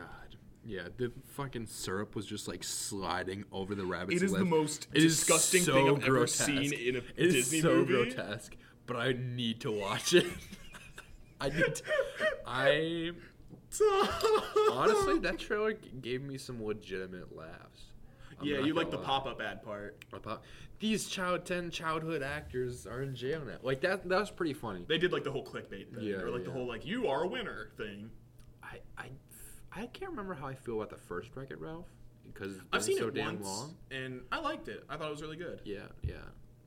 Speaker 2: Yeah, the fucking syrup was just like sliding over the rabbit's
Speaker 1: it is the
Speaker 2: lip.
Speaker 1: most
Speaker 2: It is
Speaker 1: disgusting
Speaker 2: so
Speaker 1: thing I've
Speaker 2: grotesque.
Speaker 1: ever seen in a
Speaker 2: It is
Speaker 1: Disney
Speaker 2: so
Speaker 1: movie.
Speaker 2: grotesque, but I need to watch it. I need. To, I
Speaker 1: Dom.
Speaker 2: honestly, that trailer g- gave me some legitimate laughs. I'm
Speaker 1: yeah,
Speaker 2: not
Speaker 1: you like the
Speaker 2: gonna lie.
Speaker 1: pop up ad part.
Speaker 2: Or pop- These child ten childhood actors are in jail now. Like that. That was pretty funny.
Speaker 1: They did like the whole clickbait thing,
Speaker 2: Yeah,
Speaker 1: or like the
Speaker 2: yeah.
Speaker 1: whole like you are a winner thing.
Speaker 2: I, I, I can't remember how I feel about the first Wreck It Ralph because it's been
Speaker 1: I've seen
Speaker 2: so
Speaker 1: it
Speaker 2: damn
Speaker 1: once,
Speaker 2: long.
Speaker 1: and I liked it. I thought it was really good.
Speaker 2: Yeah, yeah.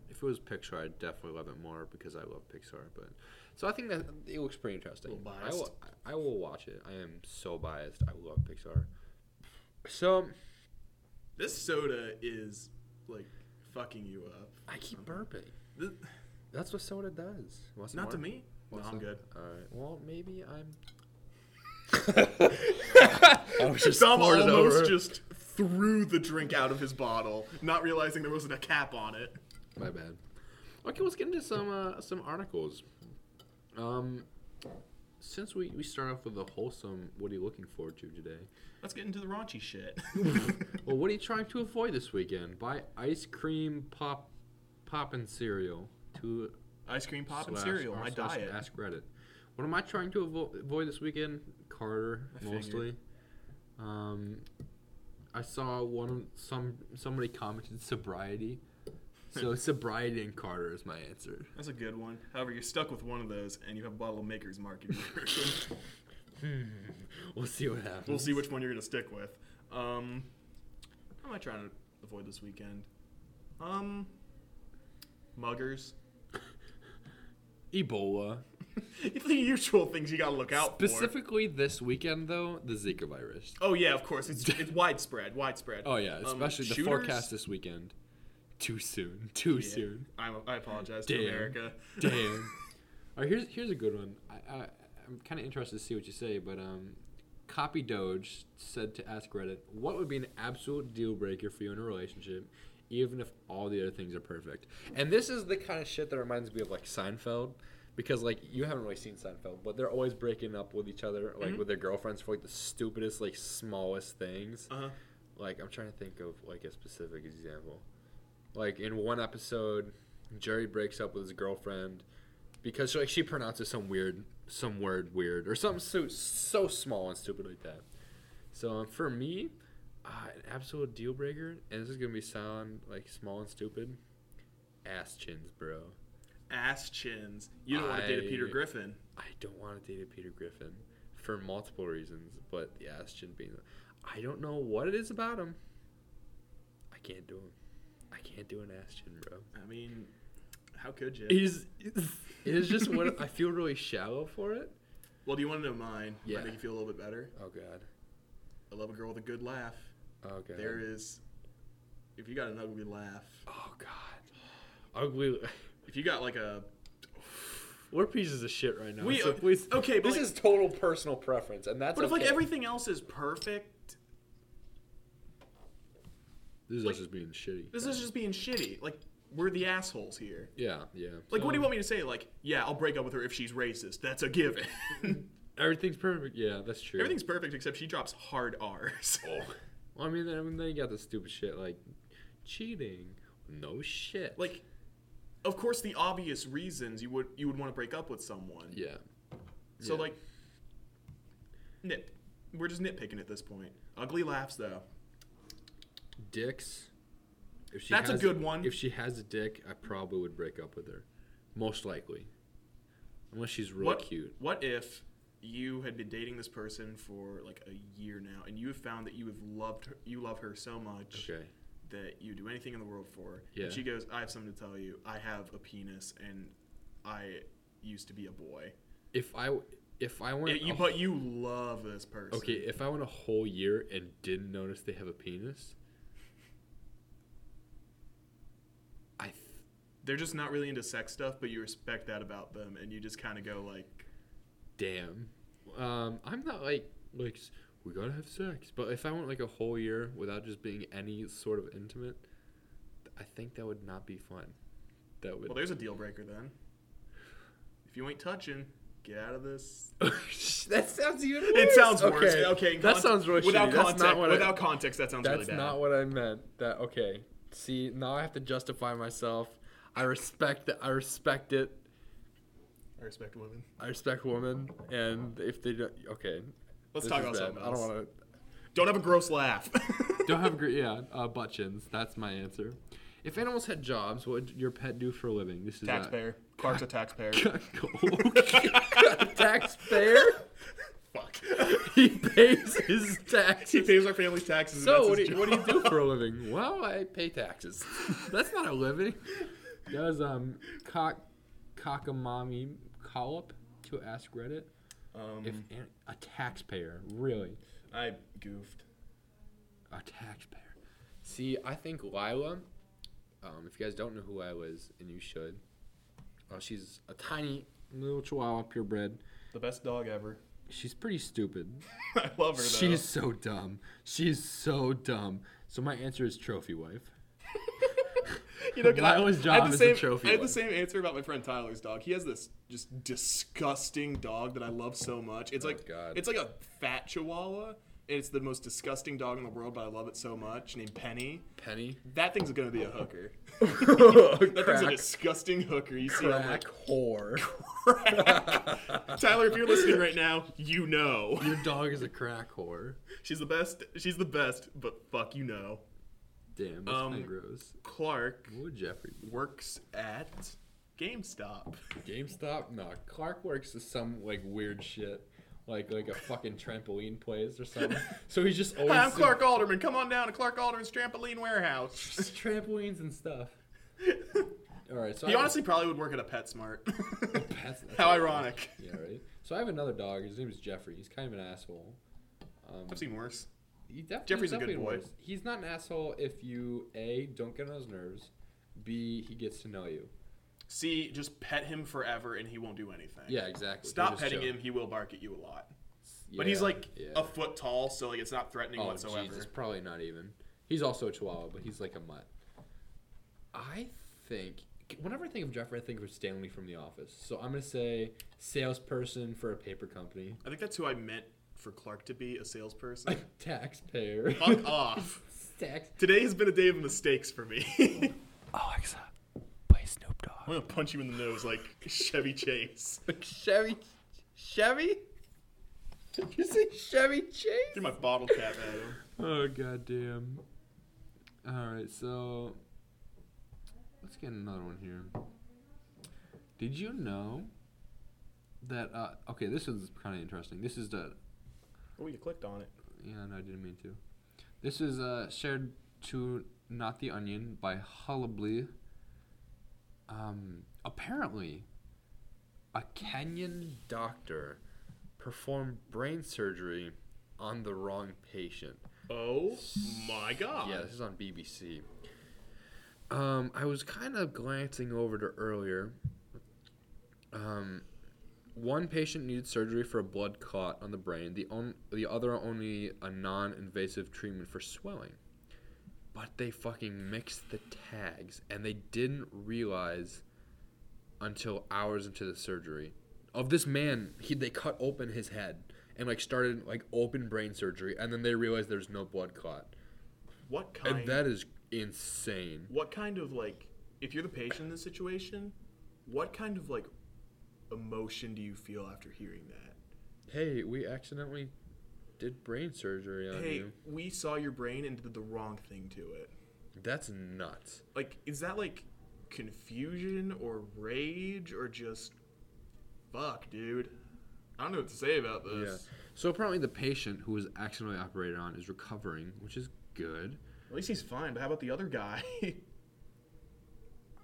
Speaker 2: If it was Pixar, I'd definitely love it more because I love Pixar. But so I think that it looks pretty interesting.
Speaker 1: Little
Speaker 2: I will, I will watch it. I am so biased. I love Pixar. So
Speaker 1: This soda is like fucking you up.
Speaker 2: I keep burping.
Speaker 1: Th-
Speaker 2: That's what soda does. Want some
Speaker 1: Not to
Speaker 2: more?
Speaker 1: me. No,
Speaker 2: Want
Speaker 1: I'm
Speaker 2: some?
Speaker 1: good.
Speaker 2: All right. Well, maybe I'm.
Speaker 1: I
Speaker 2: was just
Speaker 1: Dom
Speaker 2: poured it
Speaker 1: almost
Speaker 2: over.
Speaker 1: just threw the drink out of his bottle, not realizing there wasn't a cap on it.
Speaker 2: My bad.
Speaker 5: Okay, let's get into some uh, some articles. Um, since we we start off with the wholesome, what are you looking forward to today?
Speaker 1: Let's get into the raunchy shit.
Speaker 5: Well, what are you trying to avoid this weekend? Buy ice cream pop, pop and cereal to
Speaker 1: Ice cream pop and
Speaker 5: slash-
Speaker 1: cereal,
Speaker 5: or
Speaker 1: my
Speaker 5: slash
Speaker 1: diet.
Speaker 5: Ask Reddit. What am I trying to avo- avoid this weekend? Carter
Speaker 1: I figured.
Speaker 5: mostly. Um, I saw one of some somebody commented sobriety, so sobriety and Carter is my answer.
Speaker 1: That's a good one. However, you're stuck with one of those, and you have a bottle of Maker's Mark in your room.
Speaker 5: We'll see what happens.
Speaker 1: we'll see which one you're gonna stick with. Um, what am I trying to avoid this weekend? Um, muggers.
Speaker 5: Ebola.
Speaker 1: the usual things you gotta look out for.
Speaker 5: Specifically this weekend though, the Zika virus.
Speaker 1: Oh yeah, of course. It's it's widespread. Widespread.
Speaker 5: Oh yeah,
Speaker 1: Um,
Speaker 5: especially the
Speaker 1: shooters?
Speaker 5: forecast this weekend. Too soon. Too
Speaker 1: Yeah.
Speaker 5: soon.
Speaker 1: I'm, I apologize
Speaker 5: Damn.
Speaker 1: to America.
Speaker 5: Damn. All right, here's here's a good one. I, I I'm kind of interested to see what you say, but um, Copy Doge said to ask Reddit, "What would be an absolute deal breaker for you in a relationship, even if all the other things are perfect?"
Speaker 2: And this is the kind of shit that reminds me of like Seinfeld, because like you haven't really seen Seinfeld, but they're always breaking up with each other, like with their girlfriends for like the stupidest, like smallest things.
Speaker 1: Uh-huh.
Speaker 2: Like I'm trying to think of like a specific example. Like in one episode, Jerry breaks up with his girlfriend because like she pronounces some weird, some word weird or something so so small and stupid like that. So um, for me, uh, an absolute deal breaker, and this is gonna be sound like small and stupid. Ass chins, bro.
Speaker 1: Ass chins. You don't want to date a Peter
Speaker 2: I-
Speaker 1: Griffin.
Speaker 2: I don't want to date a Peter Griffin for multiple reasons, but the ass chin being, I don't know what it is about him. I can't do him. I can't do an ass chin, bro.
Speaker 1: I mean, how could you?
Speaker 2: He's, it is just what I feel really shallow for it.
Speaker 1: Well, do you want to know mine?
Speaker 2: Yeah.
Speaker 1: I think you feel a little bit better.
Speaker 2: Oh god.
Speaker 1: I love a girl with a good laugh.
Speaker 2: Oh god.
Speaker 1: There is, if you got an ugly laugh,
Speaker 2: Oh god. Ugly.
Speaker 1: if you got like a,
Speaker 2: We're pieces of shit right now.
Speaker 1: We- uh,
Speaker 2: so please-
Speaker 1: okay, but
Speaker 2: This
Speaker 1: like-
Speaker 2: is total personal preference, and that's.
Speaker 1: but if like
Speaker 2: okay.
Speaker 1: everything else is perfect,
Speaker 5: This is
Speaker 1: Like-
Speaker 5: us just being shitty.
Speaker 1: this is just being shitty. Like we're the assholes here.
Speaker 5: yeah, yeah.
Speaker 1: Like, what do you
Speaker 5: So,
Speaker 1: want me to say? Like, yeah, I'll break up with her if she's racist. That's a given.
Speaker 5: Everything's perfect. Yeah, Oh. that's true.
Speaker 1: Everything's perfect except she drops hard R's.
Speaker 5: Well, I mean, then, then you got the stupid shit like cheating. No shit.
Speaker 1: like, of course, the obvious reasons you would you would want to break up with someone.
Speaker 5: yeah.
Speaker 1: So
Speaker 5: yeah.
Speaker 1: like, nip. We're just nitpicking at this point. Ugly laughs though.
Speaker 5: dicks. If she
Speaker 1: That's a
Speaker 5: has-
Speaker 1: good one.
Speaker 5: If she has a dick, I probably would break up with her, most likely, unless she's really
Speaker 1: what
Speaker 5: cute.
Speaker 1: What if you had been dating this person for like a year now, and you have found that you have loved her, you love her so much
Speaker 5: Okay.
Speaker 1: that you do anything in the world for her.
Speaker 5: Yeah.
Speaker 1: And she goes, "I have something to tell you. I have a penis, and I used to be a boy."
Speaker 5: If I if I went
Speaker 1: Yeah, you,
Speaker 5: a-
Speaker 1: but you love this person.
Speaker 5: okay, if I went a whole year and didn't notice they have a penis, I th-
Speaker 1: They're just not really into sex stuff, but you respect that about them, and you just kind of go like,
Speaker 5: damn. Um, I'm not like like s- we gotta have sex, but if I went like a whole year without just being any sort of intimate, I think that would not be fun. That would
Speaker 1: "Well, there's a deal breaker then. If you ain't touching, get out of this."
Speaker 2: that sounds even.
Speaker 1: It sounds worse. Okay, in
Speaker 5: That
Speaker 1: con-
Speaker 5: sounds really
Speaker 1: without
Speaker 5: shitty. That's
Speaker 1: context.
Speaker 5: not what I-
Speaker 1: without context, that sounds
Speaker 2: That's
Speaker 1: really bad.
Speaker 2: not what I meant. That okay. See, now I have to justify myself. I respect that. I respect it.
Speaker 1: I respect women.
Speaker 2: I respect women, and if they don't, okay.
Speaker 1: Let's
Speaker 2: this
Speaker 1: talk
Speaker 2: is
Speaker 1: about
Speaker 2: bad.
Speaker 1: something
Speaker 2: I don't
Speaker 1: else.
Speaker 2: want to.
Speaker 1: Don't have a gross laugh.
Speaker 5: Don't have great. Yeah, uh, butt chins. That's my answer. If animals had jobs, what would your pet do for a living? This is uh,
Speaker 1: taxpayer. Clark's a taxpayer.
Speaker 2: Taxpayer?
Speaker 1: Fuck.
Speaker 2: He pays his
Speaker 1: he
Speaker 2: taxes.
Speaker 1: pays our family's taxes.
Speaker 5: so
Speaker 1: and that's
Speaker 5: what do,
Speaker 1: his
Speaker 5: you, what do
Speaker 1: job.
Speaker 5: you do for a living? Well, I pay taxes. That's not a living. Does um cock cockamamie call up to ask Reddit
Speaker 1: Um,
Speaker 5: if an, a taxpayer really
Speaker 1: I goofed.
Speaker 5: a taxpayer?
Speaker 2: See, I think Lila, um, if you guys don't know who Lila is, and you should, uh, she's a tiny,
Speaker 5: Little Chihuahua purebred.
Speaker 1: The best dog ever.
Speaker 5: She's pretty stupid.
Speaker 1: I love her though.
Speaker 5: She's so dumb. She's so dumb. So my answer is trophy wife.
Speaker 1: you know, can I,
Speaker 5: Lila's
Speaker 1: I had
Speaker 5: job
Speaker 1: the
Speaker 5: is a
Speaker 1: same,
Speaker 5: trophy
Speaker 1: I had the
Speaker 5: wife.
Speaker 1: same answer about my friend Tyler's dog. He has this just disgusting dog that I love so much. It's like
Speaker 2: Oh, God.
Speaker 1: it's like a fat chihuahua. and It's the most disgusting dog in the world, but I love it so much. Named Penny.
Speaker 2: penny,
Speaker 1: That thing's gonna be a hooker. That thing's a
Speaker 2: Oh, crack,
Speaker 1: disgusting hooker. You see, I'm
Speaker 2: crack
Speaker 1: like,
Speaker 2: whore.
Speaker 1: Tyler, if you're listening right now, you know
Speaker 5: Your dog is a crack whore.
Speaker 1: she's the best. She's the best, but fuck, you know.
Speaker 5: Damn, that's
Speaker 1: Um,
Speaker 5: um, gross.
Speaker 1: Clark
Speaker 5: What would Jeffrey be?
Speaker 1: works at GameStop.
Speaker 2: GameStop? No, Clark works is some like weird shit, like like a fucking trampoline place or something. So he's just always
Speaker 1: Hi, I'm
Speaker 2: sit-
Speaker 1: Clark Alderman. Come on down to Clark Alderman's Trampoline Warehouse.
Speaker 2: just trampolines and stuff. All right, so
Speaker 1: He
Speaker 2: I-
Speaker 1: honestly probably would work at a PetSmart.
Speaker 2: That's-
Speaker 1: How ironic.
Speaker 2: Yeah, right. So I have another dog. His name is Jeffrey. He's kind of an asshole. Um,
Speaker 1: I've seen worse.
Speaker 2: he definitely,
Speaker 1: Jeffrey's a good
Speaker 2: definitely
Speaker 1: boy.
Speaker 2: worse. He's not an asshole if you a don't get on his nerves, b he gets to know you.
Speaker 1: See, just pet him forever and he won't do anything.
Speaker 2: Yeah, exactly.
Speaker 1: Stop
Speaker 2: You're just
Speaker 1: petting
Speaker 2: chill.
Speaker 1: him. He will bark at you a lot. But
Speaker 2: Yeah,
Speaker 1: he's like
Speaker 2: yeah.
Speaker 1: a foot tall, so like it's not threatening
Speaker 2: oh,
Speaker 1: whatsoever.
Speaker 2: Jesus, probably not even. He's also a Chihuahua, but he's like a mutt. I think whenever I think of Jeffrey, I think of Stanley from The Office. So I'm gonna say salesperson for a paper company,
Speaker 1: I think that's who I meant for Clark to be a salesperson.
Speaker 2: taxpayer,
Speaker 1: Fuck off.
Speaker 2: tax.
Speaker 1: Today has been a day of mistakes for me. I'm
Speaker 2: Alexa, play Snoop Dogg.
Speaker 1: gonna punch you in the nose like Chevy Chase.
Speaker 2: Like Chevy, Chevy? Did you say Chevy
Speaker 1: Threw
Speaker 2: Chase?
Speaker 1: my bottle cap at him.
Speaker 5: Oh goddamn! All right, so let's get another one here. Did you know that? Uh, okay, this is kind of interesting. This is the
Speaker 1: Oh, you clicked on it.
Speaker 5: yeah, no, I didn't mean to. This is uh, shared to Not the Onion by Hullably. Um, apparently, a Kenyan
Speaker 2: Doctor performed brain surgery on the wrong patient.
Speaker 1: Oh my god.
Speaker 2: Yeah, this is on BBC. Um, I was kind of glancing over to earlier. Um, one patient needed surgery for a blood clot on the brain. The on, the other only a non-invasive treatment for swelling. But they fucking mixed the tags, and they didn't realize until hours into the surgery of this man. He they cut open his head and like started like open brain surgery, and then they realized there's no blood clot.
Speaker 1: What kind?
Speaker 2: And that is insane.
Speaker 1: what kind of like if you're the patient in this situation what kind of like emotion do you feel after hearing that
Speaker 2: Hey, we accidentally did brain surgery on
Speaker 1: hey
Speaker 2: you.
Speaker 1: we saw your brain and did the wrong thing to it
Speaker 2: That's nuts.
Speaker 1: like is that like confusion or rage or just fuck dude i don't know what to say about
Speaker 2: Yeah.
Speaker 1: this
Speaker 5: So apparently, the patient who was accidentally operated on is recovering, which is good.
Speaker 1: at least he's fine but how about the other guy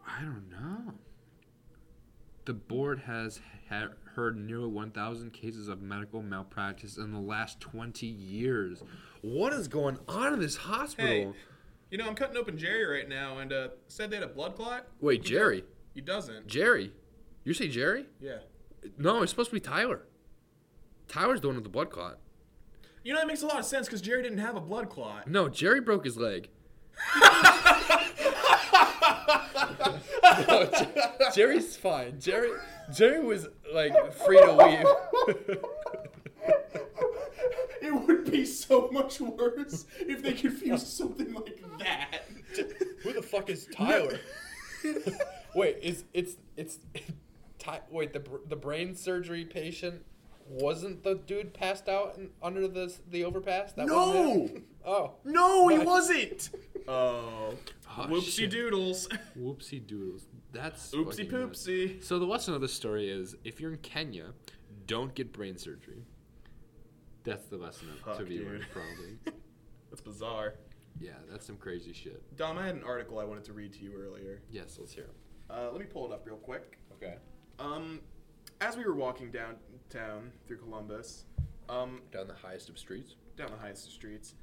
Speaker 5: I don't know. The board has ha- heard nearly 1,000 cases of medical malpractice in the last 20 years.
Speaker 2: What is going on in this hospital?
Speaker 1: you know i'm cutting open jerry right now and uh said they had a blood clot
Speaker 2: Wait, Jerry.
Speaker 1: he doesn't
Speaker 2: Jerry. You say Jerry?
Speaker 1: yeah
Speaker 2: No, it's supposed to be Tyler. Tyler's the one with the blood clot.
Speaker 1: you know that makes a lot of sense because jerry didn't have a blood clot
Speaker 2: No, Jerry broke his leg. No, Jer- Jerry's fine. Jerry Jerry was like free to leave.
Speaker 1: It would be so much worse if they confused something like that.
Speaker 2: Who the fuck is Tyler? wait, is it's it's Ty, wait the br- the brain surgery patient Wasn't the dude passed out in, under the the overpass? That
Speaker 1: No!
Speaker 2: wasn't it? oh.
Speaker 1: No, he
Speaker 2: Right.
Speaker 1: wasn't. Oh,
Speaker 5: Oh,
Speaker 1: whoopsie
Speaker 5: shit.
Speaker 1: doodles.
Speaker 5: Whoopsie doodles. That's
Speaker 1: Oopsie
Speaker 5: fucking nuts.
Speaker 1: poopsie.
Speaker 5: So the lesson of this story is if you're in Kenya, don't get brain surgery. That's the lesson of- to
Speaker 1: Fuck,
Speaker 5: be
Speaker 1: dude.
Speaker 5: learned, probably.
Speaker 1: That's bizarre.
Speaker 5: yeah, that's some crazy shit.
Speaker 1: Dom, I had an article I wanted to read to you earlier.
Speaker 5: Yes, let's hear.
Speaker 1: Uh, let me pull it up real quick.
Speaker 2: Okay.
Speaker 1: Um, as we were walking downtown through Columbus, um,
Speaker 2: Down the highest of streets.
Speaker 1: down the highest of streets,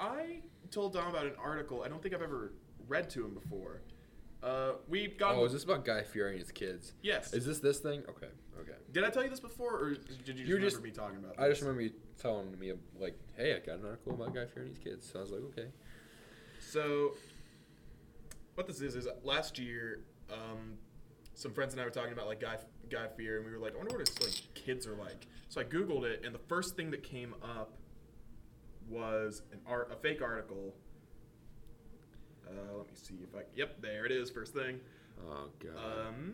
Speaker 1: I told Dom about an article I don't think I've ever read to him before. Uh, we got.
Speaker 2: Oh, is this about Guy Fieri and his kids?
Speaker 1: yes.
Speaker 2: Is this this thing? Okay. Okay.
Speaker 1: Did I tell you this before, or did you just
Speaker 2: You were
Speaker 1: remember
Speaker 2: just-
Speaker 1: me talking about?
Speaker 2: I just
Speaker 1: this?
Speaker 2: remember you telling me like, "Hey, I got an article about Guy Fieri and his kids." So I was like, "Okay."
Speaker 1: So, what this is is last year, um, some friends and I were talking about like Guy Guy Fear, and we were like, I wonder what his like kids are like. So I googled it, and the first thing that came up was an art a fake article. Uh, let me see if I. Yep, there it is. First thing.
Speaker 2: Oh god.
Speaker 1: Um,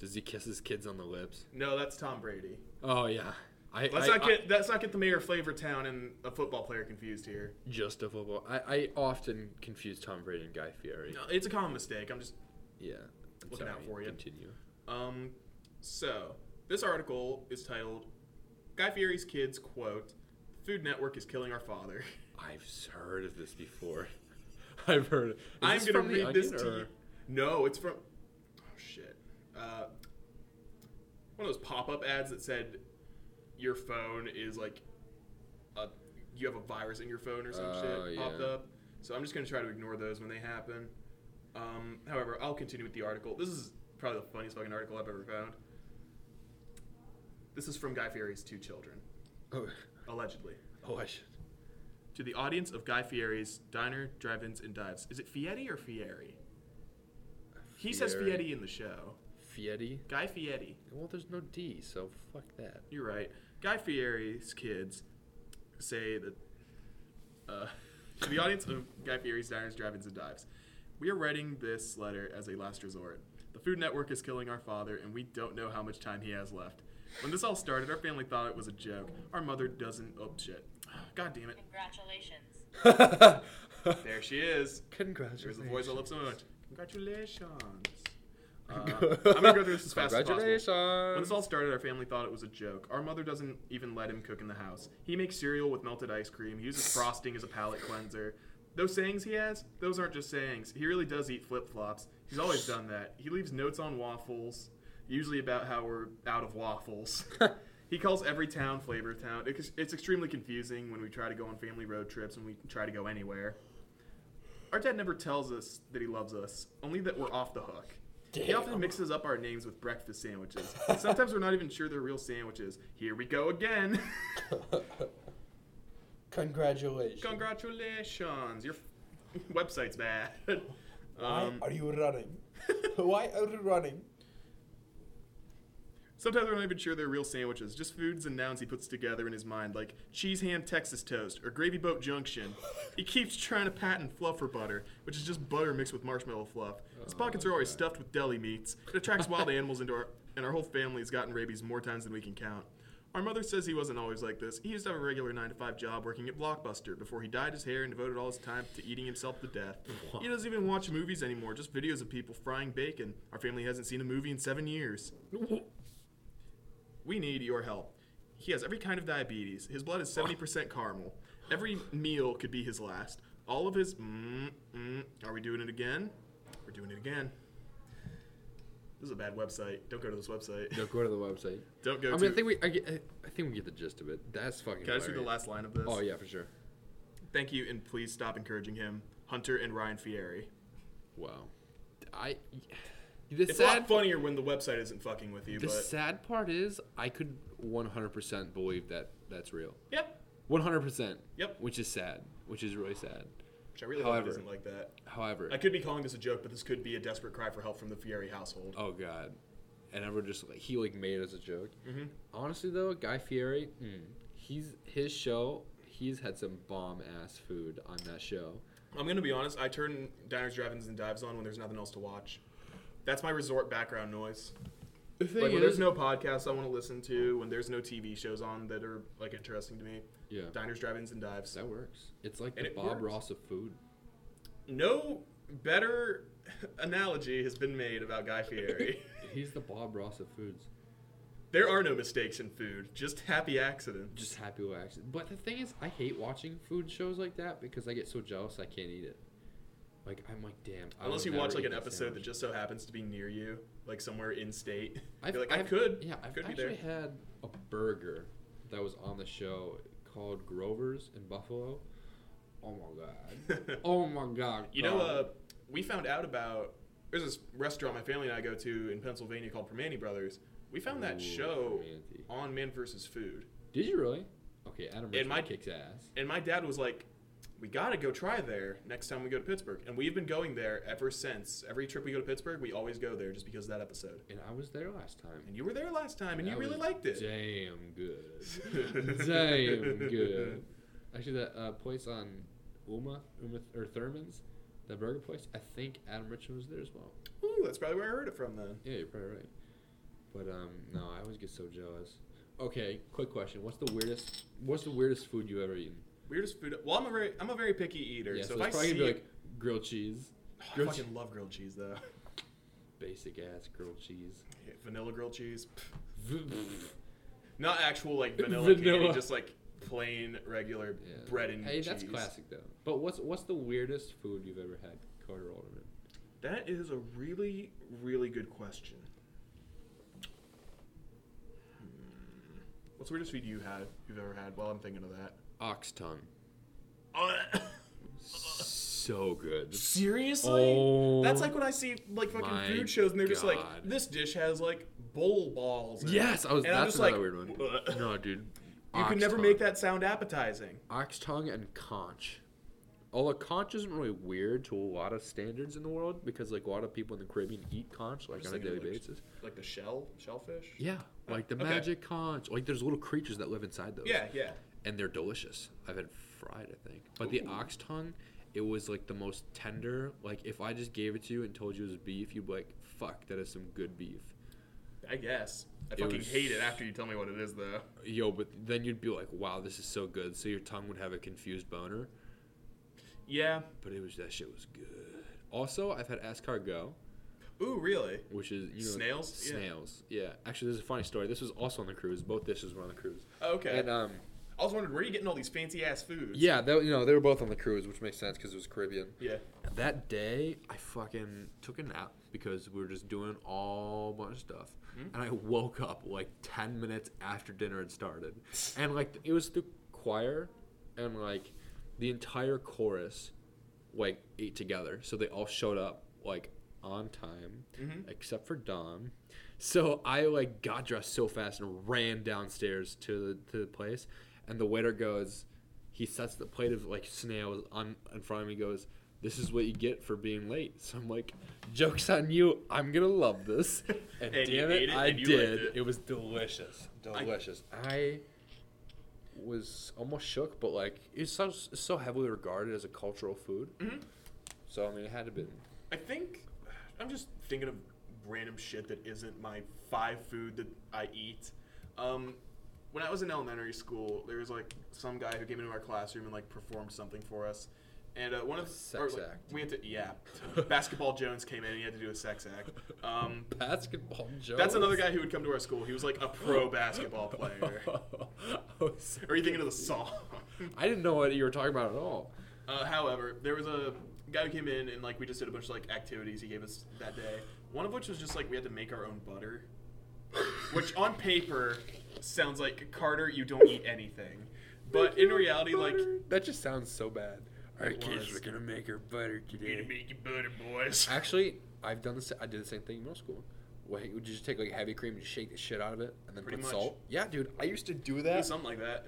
Speaker 2: Does he kiss his kids on the lips?
Speaker 1: no, that's Tom Brady.
Speaker 2: Oh yeah. I,
Speaker 1: Let's
Speaker 2: I-
Speaker 1: not
Speaker 2: I-
Speaker 1: get let's not get the mayor of Flavor Town and a football player confused here.
Speaker 2: just a football. I, I often confuse Tom Brady and Guy Fieri.
Speaker 1: No, it's a common mistake. I'm just
Speaker 2: Yeah. I'm
Speaker 1: Looking out for ya.
Speaker 2: Continue.
Speaker 1: Um, so this article is titled "Guy Fieri's Kids Quote: Food Network is Killing Our Father."
Speaker 2: I've heard of this before. I've heard. Is
Speaker 1: I'm
Speaker 2: this
Speaker 1: gonna
Speaker 2: from The
Speaker 1: read this
Speaker 2: Onion,
Speaker 1: to
Speaker 2: or-
Speaker 1: you. No, it's from. Oh shit. Uh, one of those pop-up ads that said your phone is like a you have a virus in your phone or some
Speaker 2: Oh,
Speaker 1: shit popped
Speaker 2: yeah.
Speaker 1: up. So I'm just gonna try to ignore those when they happen. Um, however, I'll continue with the article. This is probably the funniest fucking article I've ever found. This is from Guy Fieri's two children,
Speaker 2: Oh,
Speaker 1: allegedly.
Speaker 2: oh, I should.
Speaker 1: To the audience of Guy Fieri's Diner, Drive-Ins, and Dives. Is it Fieri or Fieri? He says
Speaker 2: Fieri.
Speaker 1: Fieri in the show.
Speaker 2: Fieri.
Speaker 1: Guy Fieri.
Speaker 2: Well, there's no D, so fuck that.
Speaker 1: You're right. Guy Fieri's kids say that uh, to the audience of Guy Fieri's Diners, Drive-Ins, and Dives. We are writing this letter as a last resort. The Food Network is killing our father, and we don't know how much time he has left. When this all started, our family thought it was a joke. Our mother doesn't. Oh shit! God damn it!
Speaker 7: Congratulations.
Speaker 1: There she is.
Speaker 2: Congratulations.
Speaker 1: There's the voice I love so much. Congratulations. Uh, I'm gonna go through this as fast as possible. When this all started, our family thought it was a joke. Our mother doesn't even let him cook in the house. He makes cereal with melted ice cream. He uses frosting as a palate cleanser. Those sayings he has, those aren't just sayings. He really does eat flip flops. He's always done that. He leaves notes on waffles, usually about how we're out of waffles. he calls every town Flavor Town. It's, it's extremely confusing when we try to go on family road trips and we try to go anywhere. Our dad never tells us that he loves us, only that we're off the hook. He often mixes up our names with breakfast sandwiches. Sometimes we're not even sure they're real sandwiches. Here we go again.
Speaker 8: Congratulations.
Speaker 1: Congratulations, your website's bad.
Speaker 8: Why
Speaker 1: Um,
Speaker 8: are you running? Why are you running?
Speaker 1: sometimes we're not even sure they're real sandwiches, just foods and nouns he puts together in his mind, like cheese ham Texas toast or gravy boat junction. He keeps trying to patent fluffer butter, which is just butter mixed with marshmallow fluff. His pockets are always stuffed with deli meats. It attracts wild animals into our, and our whole family's gotten rabies more times than we can count. Our mother says he wasn't always like this. He used to have a regular 9 to 5 job working at Blockbuster before he dyed his hair and devoted all his time to eating himself to death. He doesn't even watch movies anymore, just videos of people frying bacon. Our family hasn't seen a movie in seven years. We need your help. He has every kind of diabetes. His blood is 70% caramel. Every meal could be his last. All of his. Mm, mm, are we doing it again? We're doing it again. This is a bad website. Don't go to this website.
Speaker 2: No, go to the website.
Speaker 1: Don't go
Speaker 2: I
Speaker 1: to.
Speaker 2: mean, I think we, I, get, I think we get the gist of it. That's fucking.
Speaker 1: Can I just read the
Speaker 2: hilarious.
Speaker 1: last line of this?
Speaker 2: Oh yeah, for sure.
Speaker 1: Thank you, and please stop encouraging him. Hunter and Ryan Fieri.
Speaker 2: Wow. I. The
Speaker 1: It's a
Speaker 2: sad,
Speaker 1: lot funnier when the website isn't fucking with you,
Speaker 2: the
Speaker 1: but.
Speaker 2: sad part is, I could 100% believe that that's real.
Speaker 1: yep.
Speaker 2: 100%.
Speaker 1: Yep.
Speaker 2: Which is sad. Which is really sad.
Speaker 1: Which I really hope it
Speaker 2: However-
Speaker 1: isn't like that.
Speaker 2: However.
Speaker 1: I could be calling this a joke, but this could be a desperate cry for help from the Fieri household.
Speaker 2: oh god. And everyone just like, he like made it as a joke. Mm-hmm. Honestly though, Guy Fieri, mm, he's his show. He's had some bomb ass food on that show.
Speaker 1: I'm gonna be honest. I turn diners, drive-ins, and dives on when there's nothing else to watch. That's my resort background noise.
Speaker 5: The
Speaker 1: Like
Speaker 5: thing
Speaker 1: when there's
Speaker 5: is,
Speaker 1: no podcasts I want to listen to, when there's no TV shows on that are like interesting to me,
Speaker 2: Yeah,
Speaker 1: diners, drive-ins, and dives.
Speaker 2: that works. It's like
Speaker 1: And
Speaker 2: the
Speaker 1: it
Speaker 2: Bob
Speaker 1: works.
Speaker 2: Ross of food.
Speaker 1: No better analogy has been made about Guy Fieri.
Speaker 2: He's the Bob Ross of foods.
Speaker 1: there are no mistakes in food, just happy accidents.
Speaker 2: Just happy with accident. But the thing is, I hate watching food shows like that because I get so jealous I can't eat it. Like I'm like, damn. I
Speaker 1: Unless
Speaker 2: will
Speaker 1: you watch
Speaker 2: never
Speaker 1: like
Speaker 2: eat
Speaker 1: an episode
Speaker 2: sandwich.
Speaker 1: that just so happens to be near you, like somewhere in state.
Speaker 2: I've,
Speaker 1: You're like, I
Speaker 2: I've-
Speaker 1: could.
Speaker 2: Yeah, I've
Speaker 1: could be there.
Speaker 2: actually had a burger that was on the show called Grover's in Buffalo. Oh my god. oh my god.
Speaker 1: You know,
Speaker 2: god.
Speaker 1: uh, we found out about there's this restaurant my family and I go to in Pennsylvania called Permani Brothers. We found that
Speaker 2: Ooh,
Speaker 1: show
Speaker 2: Permanente.
Speaker 1: on Man vs. Food,
Speaker 2: Did you really? Okay, Adam
Speaker 1: And
Speaker 2: Richman
Speaker 1: my-
Speaker 2: kicks ass.
Speaker 1: and my dad was like, "We gotta go try there next time we go to Pittsburgh." And we've been going there ever since. Every trip we go to Pittsburgh, we always go there just because of that episode.
Speaker 2: And I was there last time.
Speaker 1: And you were there last time, and
Speaker 2: that
Speaker 1: you really
Speaker 2: was
Speaker 1: liked it.
Speaker 2: Damn good. damn good. Actually, that uh, place on Uma, Uma or Thurman's, that burger place, I think Adam Richman was there as well.
Speaker 1: Ooh, that's probably where I heard it from then.
Speaker 2: Yeah, you're probably right. But um, no, I always get so jealous. Okay, quick question. What's the weirdest? What's the weirdest food you've ever eaten?
Speaker 1: Weirdest food. Well, I'm a very, I'm a very picky eater,
Speaker 2: Yeah,
Speaker 1: so,
Speaker 2: so,
Speaker 1: if I
Speaker 2: it's probably
Speaker 1: see,
Speaker 2: gonna be like grilled cheese,
Speaker 1: Oh, I
Speaker 2: grilled
Speaker 1: fucking love grilled cheese though.
Speaker 2: basic ass grilled cheese.
Speaker 1: Vanilla grilled cheese. Pff.
Speaker 2: yeah.
Speaker 1: Not actual like vanilla, candy,
Speaker 2: Vanilla.
Speaker 1: just like plain regular bread and
Speaker 2: Hey,
Speaker 1: cheese.
Speaker 2: that's classic though. But what's what's the weirdest food you've ever had, Carter Alderman?
Speaker 1: That is a really, really good question. Hmm. What's the weirdest food you had you've ever had? While I'm thinking of
Speaker 2: Ox tongue.
Speaker 1: that.
Speaker 2: So good.
Speaker 1: Seriously?
Speaker 2: Oh
Speaker 1: that's like when I see like fucking
Speaker 2: my
Speaker 1: food shows and they're just like,
Speaker 2: God.
Speaker 1: this dish has like bowl balls. in it."
Speaker 2: Yes, I was.
Speaker 1: And I'm
Speaker 2: that's
Speaker 1: just
Speaker 2: another
Speaker 1: like,
Speaker 2: weird one.
Speaker 1: "Ugh."
Speaker 2: no, dude.
Speaker 1: You can
Speaker 2: ox
Speaker 1: never make
Speaker 2: tongue.
Speaker 1: that sound appetizing.
Speaker 2: ox tongue and conch. Although conch isn't really weird to a lot of standards in the world because like a lot of people in the Caribbean eat conch like
Speaker 1: Just
Speaker 2: on a
Speaker 1: thinking
Speaker 2: daily
Speaker 1: of, like,
Speaker 2: basis.
Speaker 1: Like the shell, shellfish.
Speaker 2: Yeah, like the
Speaker 1: okay.
Speaker 2: magic conch. Like there's little creatures that live inside those.
Speaker 1: Yeah, yeah.
Speaker 2: and they're delicious. I've had fried, I think, but the ox tongue, it was like the most tender. Like if I just gave it to you and told you it was beef, you'd be like, "Fuck, that is some good beef."
Speaker 1: I guess. I
Speaker 2: It
Speaker 1: fucking
Speaker 2: was-
Speaker 1: hate it after you tell me what it is, though.
Speaker 2: Yo, but then you'd be like, "Wow, this is so good." So your tongue would have a confused boner.
Speaker 1: Yeah.
Speaker 2: But it was that shit was good. Also, I've had escargot,
Speaker 1: Ooh, really?
Speaker 2: which is you know
Speaker 1: Snails? Yeah.
Speaker 2: Snails. Yeah. Actually, there's a funny story. This was also on the cruise. Both dishes were on the cruise.
Speaker 1: Oh, Okay.
Speaker 2: And um,
Speaker 1: I was wondering where are you getting all these fancy ass foods?
Speaker 2: yeah, that, you know they were both on the cruise, which makes sense because it was Caribbean.
Speaker 1: Yeah.
Speaker 5: that day I fucking took a nap because we were just doing all bunch of stuff,
Speaker 1: Hmm?
Speaker 5: and I woke up like ten minutes after dinner had started, and like
Speaker 2: It was the choir, and like the entire chorus, like ate together. So they all showed up like on time,
Speaker 1: Mhm.
Speaker 2: except for Dom. So I like got dressed so fast and ran downstairs to the to the place, and the waiter goes, he sets the plate of like snails on in front of me. and Goes, this is what you get for being late. So I'm like, jokes on you. I'm gonna love this. And,
Speaker 1: And you
Speaker 2: damn
Speaker 1: ate
Speaker 2: it,
Speaker 1: it
Speaker 2: I
Speaker 1: and you liked
Speaker 2: did.
Speaker 1: it.
Speaker 2: It was delicious, delicious. I was almost shook, but like it's so it's so heavily regarded as a cultural food.
Speaker 1: Mhm.
Speaker 2: So I mean, it had to be.
Speaker 1: I think I'm just thinking of random shit that isn't my five food that I eat. Um, when I was in elementary school, there was like some guy who came into our classroom and like performed something for us. And uh, one of the
Speaker 2: Sex
Speaker 1: like,
Speaker 2: act.
Speaker 1: We had to yeah. Basketball Jones came in and he had to do a sex act. Um,
Speaker 2: Basketball Jones.
Speaker 1: that's another guy who would come to our school. He was like a pro basketball player. Or are you thinking of the song?
Speaker 2: Oh, I didn't know what you were talking about at all.
Speaker 1: Uh, however, there was a guy who came in and like we just did a bunch of like activities he gave us that day. One of which was just like we had to make our own butter, which on paper sounds like Carter, you don't eat anything, but in reality, like
Speaker 2: that just sounds so bad. All right,
Speaker 1: It
Speaker 2: kids,
Speaker 1: was.
Speaker 2: we're gonna make her butter
Speaker 1: you
Speaker 2: today.
Speaker 1: make your butter, boys.
Speaker 2: Actually, I've done this. I did the same thing in middle school. Wait, would you just take like heavy cream and just shake the shit out of it, and then
Speaker 1: Pretty
Speaker 2: put
Speaker 1: much.
Speaker 2: salt? Yeah, dude, I used to do that.
Speaker 1: Do something like that.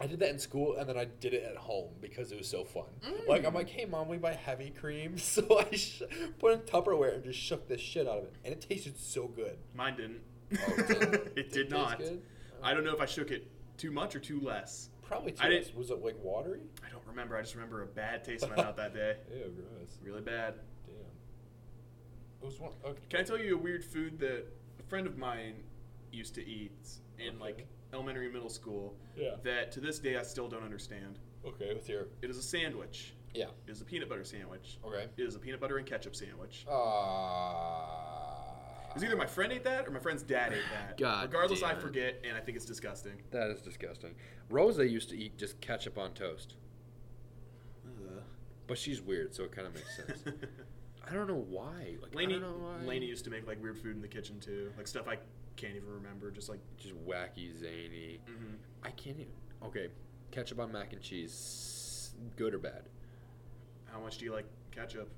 Speaker 2: I did that in school, and then I did it at home because it was so fun.
Speaker 1: Mm.
Speaker 8: Like I'm like, hey mom, we buy heavy cream, so I sh- put in Tupperware and just shook the shit out of it, and it tasted so good.
Speaker 1: Mine didn't.
Speaker 2: Oh, it didn't?
Speaker 1: it did
Speaker 2: taste
Speaker 1: not.
Speaker 2: good?
Speaker 1: I don't know if I shook it too much or too less.
Speaker 8: Probably too
Speaker 1: I
Speaker 8: much.
Speaker 1: didn't-
Speaker 8: Was it like watery?
Speaker 1: I don't remember. I just remember a bad taste in my mouth that day.
Speaker 8: Ew, gross.
Speaker 1: Really bad.
Speaker 8: Damn. It was one. Okay.
Speaker 1: Can I tell you a weird food that friend of mine used to eat in like
Speaker 8: Okay.
Speaker 1: elementary and middle school
Speaker 8: Yeah.
Speaker 1: that to this day I still don't understand.
Speaker 8: Okay, with your
Speaker 1: It is a sandwich.
Speaker 8: yeah.
Speaker 1: It is a peanut butter sandwich.
Speaker 8: Okay.
Speaker 1: It is a peanut butter and ketchup sandwich.
Speaker 2: Ah.
Speaker 8: Uh,
Speaker 1: It was either my friend ate that or my friend's dad ate that.
Speaker 2: God
Speaker 1: Regardless, I
Speaker 2: damn it.
Speaker 1: forget, and I think it's disgusting.
Speaker 2: That is disgusting. Rosa used to eat just ketchup on toast, but she's weird, so it kind of makes sense. I don't know why. Like, I
Speaker 1: Laney,
Speaker 2: don't know why.
Speaker 1: Laney used to make like weird food in the kitchen too, like stuff I can't even remember. Just like,
Speaker 2: just wacky, zany.
Speaker 1: hmm
Speaker 2: I can't even. Okay, ketchup on mac and cheese, good or bad?
Speaker 1: how much do you like ketchup?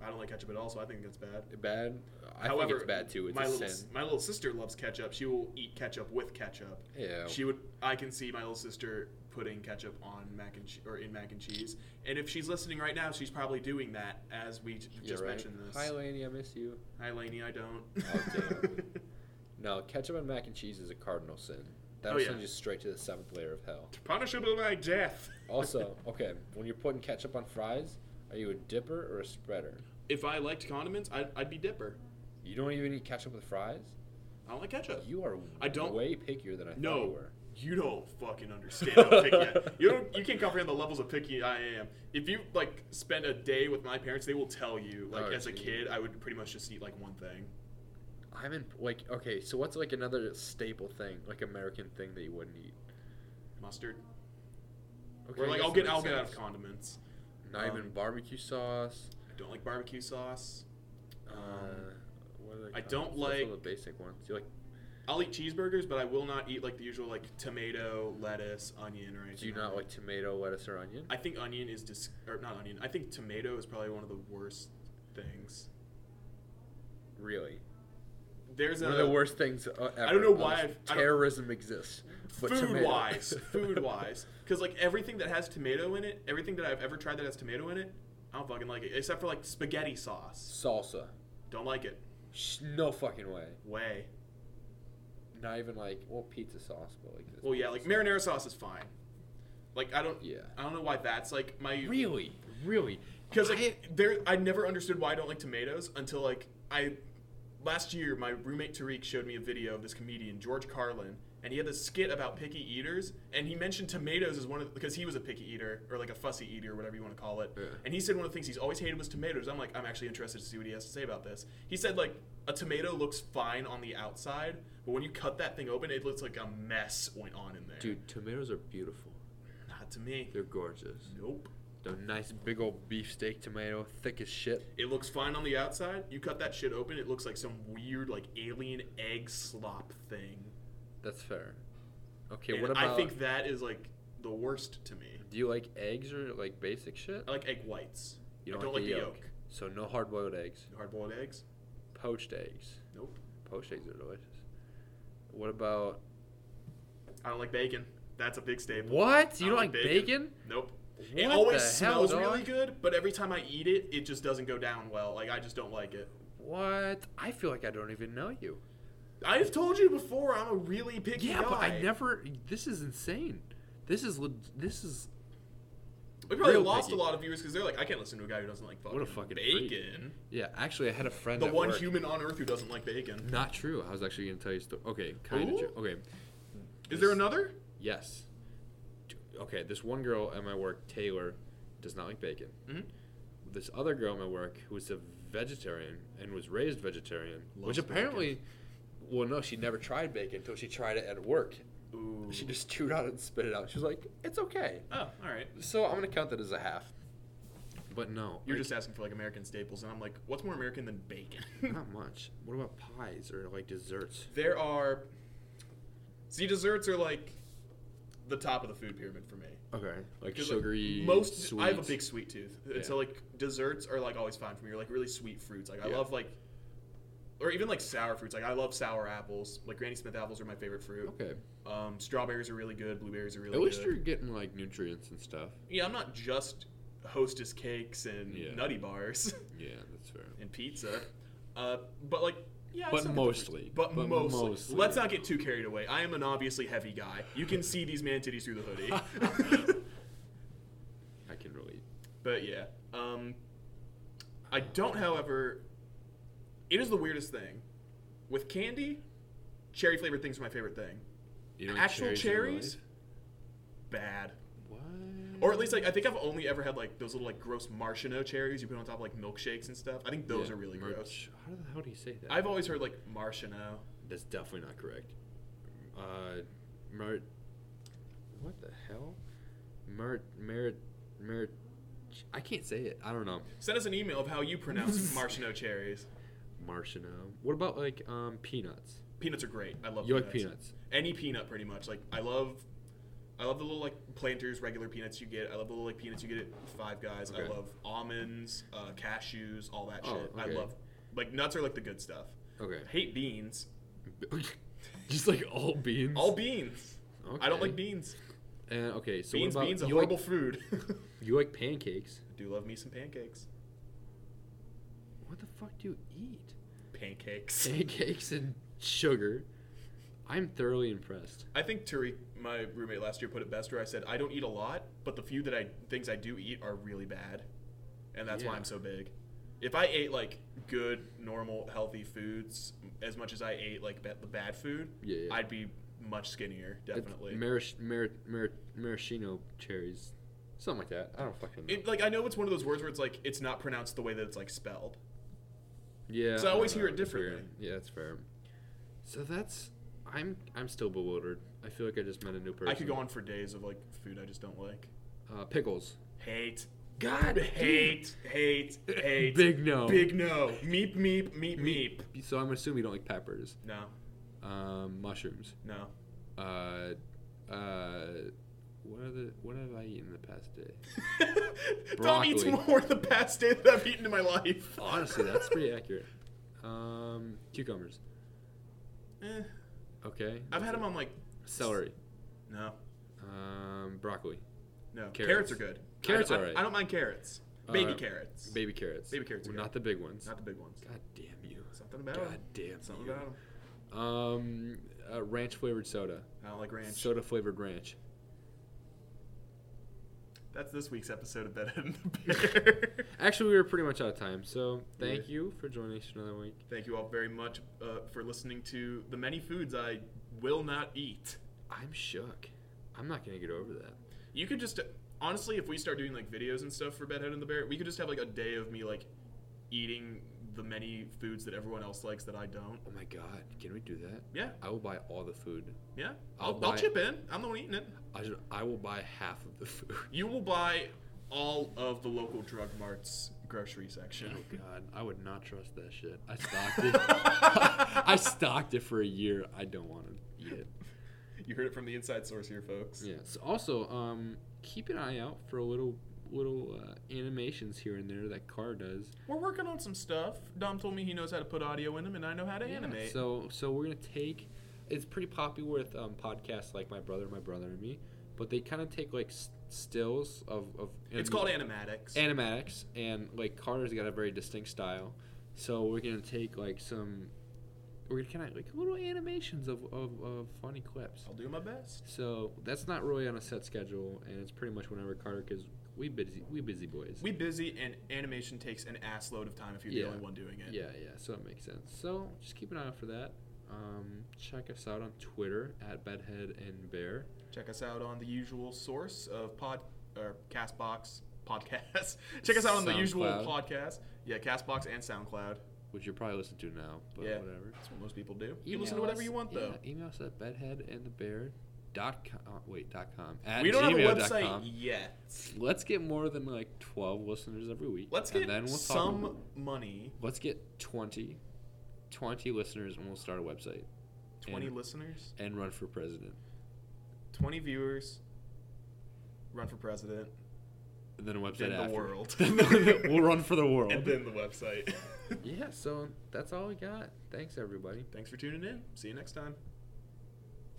Speaker 1: I don't like ketchup at all, so I think that's bad.
Speaker 2: Bad. I
Speaker 1: However,
Speaker 2: think it's bad too. It's
Speaker 1: my
Speaker 2: a
Speaker 1: little
Speaker 2: sin.
Speaker 1: my little sister loves ketchup. She will eat ketchup with ketchup.
Speaker 2: Yeah.
Speaker 1: She would. I can see my little sister putting ketchup on mac and che- or in mac and cheese. And if she's listening right now, she's probably doing that as we j-
Speaker 2: You're
Speaker 1: just
Speaker 2: right.
Speaker 1: mentioned this.
Speaker 2: Hi, Laney. I miss you.
Speaker 1: Hi, Lainey. I don't.
Speaker 2: Oh, damn. No, ketchup on mac and cheese is a cardinal sin. That'll
Speaker 1: Oh, yeah.
Speaker 2: send you straight to the seventh layer of hell.
Speaker 1: Punishable by death.
Speaker 2: Also, okay, when you're putting ketchup on fries, are you a dipper or a spreader?
Speaker 1: if I liked condiments, I'd, I'd be dipper.
Speaker 2: You don't even eat ketchup with fries?
Speaker 1: I don't like ketchup.
Speaker 2: You are
Speaker 1: I don't-
Speaker 2: way pickier than I thought you
Speaker 1: No,
Speaker 2: were.
Speaker 1: you don't fucking understand how picky I You don't. You can't comprehend the levels of picky I am. If you like spend a day with my parents, they will tell you. Like
Speaker 2: Oh,
Speaker 1: as a
Speaker 2: gee.
Speaker 1: kid, I would pretty much just eat like one thing.
Speaker 2: I'm in, like, okay, so what's like another staple thing, like American thing that you wouldn't eat?
Speaker 1: Mustard.
Speaker 2: Okay,
Speaker 1: or
Speaker 2: I
Speaker 1: like
Speaker 2: guess
Speaker 1: I'll
Speaker 2: that
Speaker 1: get
Speaker 2: makes
Speaker 1: I'll get out of
Speaker 2: sense.
Speaker 1: condiments.
Speaker 2: Not
Speaker 1: um,
Speaker 2: even barbecue sauce.
Speaker 1: I don't like barbecue sauce.
Speaker 2: Uh,
Speaker 1: Um,
Speaker 2: what are they
Speaker 1: I
Speaker 2: called?
Speaker 1: don't
Speaker 2: That's all
Speaker 1: like-
Speaker 2: the basic ones. You like?
Speaker 1: I'll eat cheeseburgers, but I will not eat like the usual like tomato, lettuce, onion, or anything.
Speaker 2: Do you not
Speaker 1: that.
Speaker 2: like tomato, lettuce, or onion?
Speaker 1: I think onion is dis or not onion. I think tomato is probably one of the worst things.
Speaker 2: Really?
Speaker 1: There's
Speaker 2: One of
Speaker 1: a
Speaker 2: the worst things uh, ever.
Speaker 1: don't know why
Speaker 2: unless
Speaker 1: I've- I don't-
Speaker 2: terrorism exists. but
Speaker 1: food
Speaker 2: tomato-
Speaker 1: wise, food wise, because like everything that has tomato in it, everything that I've ever tried that has tomato in it, I don't fucking like it, except for like spaghetti sauce.
Speaker 2: salsa.
Speaker 1: Don't like it.
Speaker 2: Sh- No fucking way.
Speaker 1: Way.
Speaker 2: Not even like well pizza sauce, but like this.
Speaker 1: Well, yeah, like marinara sauce is fine. Like I don't.
Speaker 2: Yeah.
Speaker 1: I don't know why that's like my
Speaker 2: Really, really.
Speaker 1: Because
Speaker 2: I-
Speaker 1: like there, I never understood why I don't like tomatoes until like I last year my roommate Tariq showed me a video of this comedian George Carlin, and he had this skit about picky eaters, and he mentioned tomatoes as one of because he was a picky eater or like a fussy eater, whatever you want to call it,
Speaker 2: Yeah.
Speaker 1: and he said one of the things he's always hated was tomatoes. I'm like I'm actually interested to see what he has to say about this. He said like a tomato looks fine on the outside, but when you cut that thing open, it looks like a mess went on in there.
Speaker 5: Dude, tomatoes are beautiful.
Speaker 1: not to me.
Speaker 5: They're gorgeous.
Speaker 1: Nope.
Speaker 5: They're nice.
Speaker 2: Big old beefsteak tomato, thick as shit.
Speaker 1: It looks fine on the outside. You cut that shit open, it looks like some weird, like alien egg slop thing.
Speaker 2: That's fair. Okay,
Speaker 1: And
Speaker 2: what about?
Speaker 1: I think that is like the worst to me.
Speaker 2: do you like eggs or like basic shit?
Speaker 1: I like egg whites. I don't like the yolk.
Speaker 2: So no hard boiled eggs.
Speaker 1: Hard boiled eggs?
Speaker 2: Poached eggs.
Speaker 1: Nope.
Speaker 2: Poached eggs are delicious. What about?
Speaker 1: I don't like bacon. That's a big staple.
Speaker 2: What?
Speaker 1: I
Speaker 2: You don't like bacon?
Speaker 1: Nope. it
Speaker 2: What
Speaker 1: always
Speaker 2: the hell,
Speaker 1: smells really
Speaker 2: dog?
Speaker 1: good, but every time I eat it, it just doesn't go down well. Like I just don't like it.
Speaker 2: What? I feel like I don't even know you.
Speaker 1: I've told you before, I'm a really picky
Speaker 2: Yeah,
Speaker 1: guy.
Speaker 2: but I never. This is insane. This is le- this is
Speaker 1: We probably
Speaker 2: real
Speaker 1: lost
Speaker 2: picky.
Speaker 1: a lot of viewers because they're like, I can't listen to a guy who doesn't like fucking,
Speaker 2: What a fucking
Speaker 1: bacon.
Speaker 2: freak. yeah. Actually, I had a friend.
Speaker 1: The
Speaker 2: at
Speaker 1: one
Speaker 2: work-
Speaker 1: human on earth who doesn't like bacon.
Speaker 5: Not true. I was actually gonna tell you a story. Okay, kind
Speaker 1: Ooh.
Speaker 5: of. Okay,
Speaker 1: Is there another?
Speaker 5: yes. D- Okay, this one girl at my work, Taylor, does not like bacon.
Speaker 2: Hmm?
Speaker 1: Mhm.
Speaker 5: This other girl at my work, who is a vegetarian and was raised vegetarian,
Speaker 1: Loves
Speaker 5: which apparently, well, no, she never tried bacon until she tried it at work.
Speaker 1: Ooh.
Speaker 5: She just chewed on it and spit it out. She was like, "It's okay."
Speaker 1: Oh, all right.
Speaker 5: So I'm gonna count that as a half. But no,
Speaker 1: You're
Speaker 5: like,
Speaker 1: just asking for like American staples, and I'm like, what's more American than bacon?
Speaker 5: not much. What about pies or like desserts?
Speaker 1: there are. See, desserts are like the top of the food pyramid for me.
Speaker 5: Okay, like
Speaker 1: 'Cause, like,
Speaker 5: sugary.
Speaker 1: most I have a
Speaker 5: sweets.
Speaker 1: big sweet tooth, and
Speaker 5: Yeah.
Speaker 1: so like desserts are like always fine for me. Or like really sweet fruits, like I
Speaker 5: Yeah.
Speaker 1: love like, or even like sour fruits. Like I love sour apples. Like Granny Smith apples are my favorite fruit.
Speaker 5: Okay.
Speaker 1: Um, strawberries are really good. Blueberries are really
Speaker 5: At least
Speaker 1: good.
Speaker 5: you're getting like nutrients and stuff.
Speaker 1: Yeah, I'm not just hostess cakes and
Speaker 5: Yeah.
Speaker 1: nutty bars
Speaker 5: Yeah, that's fair.
Speaker 1: and pizza, uh, but like. Yeah, I
Speaker 5: But
Speaker 1: still get the
Speaker 5: mostly.
Speaker 1: fruits. But,
Speaker 5: But
Speaker 1: mostly.
Speaker 5: mostly.
Speaker 1: Let's not get too carried away. I am an obviously heavy guy. You can see these man titties through the hoodie.
Speaker 5: I can relate.
Speaker 1: but yeah. Um, I don't, however. It is the weirdest thing With candy, cherry flavored things are my favorite thing.
Speaker 5: You don't eat
Speaker 1: Actual
Speaker 5: cherries in real
Speaker 1: cherries,
Speaker 5: life?
Speaker 1: bad.
Speaker 5: What?
Speaker 1: Or at least like I think I've only ever had like those little like gross maraschino cherries you put on top of like milkshakes and stuff. I think those
Speaker 5: Yeah,
Speaker 1: are really
Speaker 5: merch.
Speaker 1: gross.
Speaker 2: How the hell do you say that?
Speaker 1: I've always heard like maraschino.
Speaker 2: That's definitely not correct. Uh, mer- What the hell? Mer- merit, merit. I can't say it. I don't know.
Speaker 1: Send us an email of how you pronounce maraschino cherries.
Speaker 2: Martiano. What about like um peanuts?
Speaker 1: Peanuts are great. I love
Speaker 2: You like peanuts?
Speaker 1: Any peanut pretty much. Like I love I love the little like planters, regular peanuts you get. I love the little like peanuts you get at Five Guys. I
Speaker 2: Okay.
Speaker 1: love almonds, uh, cashews, all that
Speaker 2: Oh,
Speaker 1: shit.
Speaker 2: okay.
Speaker 1: I love like nuts are like the good stuff.
Speaker 2: Okay.
Speaker 1: I hate beans.
Speaker 2: Just like all beans.
Speaker 1: All beans. I don't
Speaker 2: Okay.
Speaker 1: like beans.
Speaker 2: And okay, so
Speaker 1: beans,
Speaker 2: what about
Speaker 1: beans, a
Speaker 2: you
Speaker 1: horrible
Speaker 2: Like,
Speaker 1: food.
Speaker 2: you like pancakes?
Speaker 1: do love me some pancakes.
Speaker 2: What the fuck do you eat?
Speaker 1: Pancakes.
Speaker 2: Pancakes and sugar. I'm thoroughly impressed.
Speaker 1: I think Tariq, my roommate last year, put it best where I said, I don't eat a lot, but the few that I things I do eat are really bad. And that's why
Speaker 2: Yeah.
Speaker 1: I'm so big. If I ate like good, normal, healthy foods as much as I ate like ba- the bad food,
Speaker 2: Yeah, yeah.
Speaker 1: I'd be much skinnier,
Speaker 2: It's
Speaker 1: definitely.
Speaker 2: Marish, mar, mar, maraschino cherries, something like that. I don't fucking know.
Speaker 1: it, like I know it's one of those words where it's like it's not pronounced the way that it's like spelled.
Speaker 2: yeah.
Speaker 1: so I always
Speaker 2: don't
Speaker 1: hear
Speaker 2: know,
Speaker 1: it
Speaker 2: that's fair.
Speaker 1: differently.
Speaker 2: Yeah, that's fair. So that's I'm I'm still bewildered. I feel like I just met a new person.
Speaker 1: I could go on for days of like food I just don't like.
Speaker 2: Uh, pickles.
Speaker 1: Hate.
Speaker 2: God,
Speaker 1: Hate, hate, hate.
Speaker 2: Big no.
Speaker 1: Big no. Meep, meep, meep, meep.
Speaker 2: So I'm assuming you don't like peppers,
Speaker 1: No,
Speaker 2: um, mushrooms.
Speaker 1: no.
Speaker 2: Uh, uh, what are the what have I eaten the past day?
Speaker 1: Tom eats
Speaker 2: Broccoli.
Speaker 1: more the past day that I've eaten in my life.
Speaker 2: Honestly, that's pretty accurate. Um, cucumbers.
Speaker 1: Eh,
Speaker 2: Okay.
Speaker 1: I've had them on like
Speaker 2: celery.
Speaker 1: no,
Speaker 2: Um, broccoli.
Speaker 1: no. Carrots,
Speaker 2: Carrots.
Speaker 1: are good.
Speaker 2: Carrots
Speaker 1: I,
Speaker 2: are
Speaker 1: I-
Speaker 2: right.
Speaker 1: I don't mind carrots. Baby
Speaker 2: Uh,
Speaker 1: carrots.
Speaker 2: Baby carrots.
Speaker 1: Baby carrots are
Speaker 2: Not the
Speaker 1: good.
Speaker 2: big ones.
Speaker 1: Not the big ones.
Speaker 2: God damn you.
Speaker 1: Something about 'em.
Speaker 2: God damn
Speaker 1: Something
Speaker 2: you.
Speaker 1: about 'em.
Speaker 2: Um, uh, ranch flavored soda.
Speaker 1: I don't like ranch.
Speaker 2: Soda flavored ranch.
Speaker 1: That's this week's episode of Bed Head and the Bear.
Speaker 2: Actually, we were pretty much out of time, so thank
Speaker 1: Yeah.
Speaker 2: you for joining us another week.
Speaker 1: Thank you all very much uh, for listening to the many foods I will not eat.
Speaker 2: I'm shook. I'm not gonna get over that.
Speaker 1: You could just honestly, if we start doing like videos and stuff for Bedhead and the Bear, we could just have like a day of me like eating the many foods that everyone else likes that I don't.
Speaker 2: Oh my god, can we do that?
Speaker 1: Yeah,
Speaker 2: I will buy all the food.
Speaker 1: yeah. I'll,
Speaker 2: I'll
Speaker 1: I'll,
Speaker 2: buy-
Speaker 1: chip in. I'm the one eating it.
Speaker 2: I should, I will buy half of the food.
Speaker 1: You will buy all of the local drug mart's grocery section.
Speaker 2: Oh god, I would not trust that shit. I stocked it. I stocked it for a year. I don't want to eat it.
Speaker 1: You heard it from the inside source here, folks.
Speaker 2: Yeah. So also, um, keep an eye out for little little uh, animations here and there that Car does.
Speaker 1: We're working on some stuff. Dom told me he knows how to put audio in them, and I know how to animate.
Speaker 2: So so we're gonna take. It's pretty popular with um, podcasts like My Brother, My Brother and Me, but they kind of take like s- stills of of.
Speaker 1: it's called animatics.
Speaker 2: animatics and like Carter's got a very distinct style. So we're gonna take like some we're gonna kinda like little animations of, of, of funny clips.
Speaker 1: I'll do my best.
Speaker 2: So that's not really on a set schedule and it's pretty much whenever Carter cause we busy we busy boys.
Speaker 1: We busy, and animation takes an ass load of time if you're
Speaker 2: Yeah.
Speaker 1: the only one doing it.
Speaker 2: yeah, yeah, so it makes sense. So just keep an eye out for that. Um, check us out on Twitter at Bedhead and Bear.
Speaker 1: Check us out on the usual source of pod or Castbox podcast. Check us out on the usual
Speaker 2: SoundCloud.
Speaker 1: podcast. Yeah, Castbox and SoundCloud.
Speaker 2: Which you're probably listening to now, but
Speaker 1: yeah,
Speaker 2: whatever.
Speaker 1: that's what most people do. You
Speaker 2: Email
Speaker 1: listen to whatever
Speaker 2: us-
Speaker 1: you want though.
Speaker 2: yeah, email us at bedheadandthebear dot com. uh, Wait, dot com. At
Speaker 1: We don't have a
Speaker 2: gmail dot
Speaker 1: website
Speaker 2: com.
Speaker 1: yet.
Speaker 2: Let's get more than like twelve listeners every week.
Speaker 1: Let's
Speaker 2: and
Speaker 1: get
Speaker 2: then we'll talk
Speaker 1: some
Speaker 2: about-
Speaker 1: money.
Speaker 2: let's get 20, 20 listeners, and we'll start a website
Speaker 1: Twenty
Speaker 2: And-
Speaker 1: listeners,
Speaker 2: and run for president.
Speaker 1: twenty viewers. Run for president,
Speaker 2: And then a website
Speaker 1: Then the
Speaker 2: after.
Speaker 1: world.
Speaker 2: we'll run for the world.
Speaker 1: and then the website.
Speaker 2: yeah. So that's all we got. Thanks everybody.
Speaker 1: Thanks for tuning in. See you next time.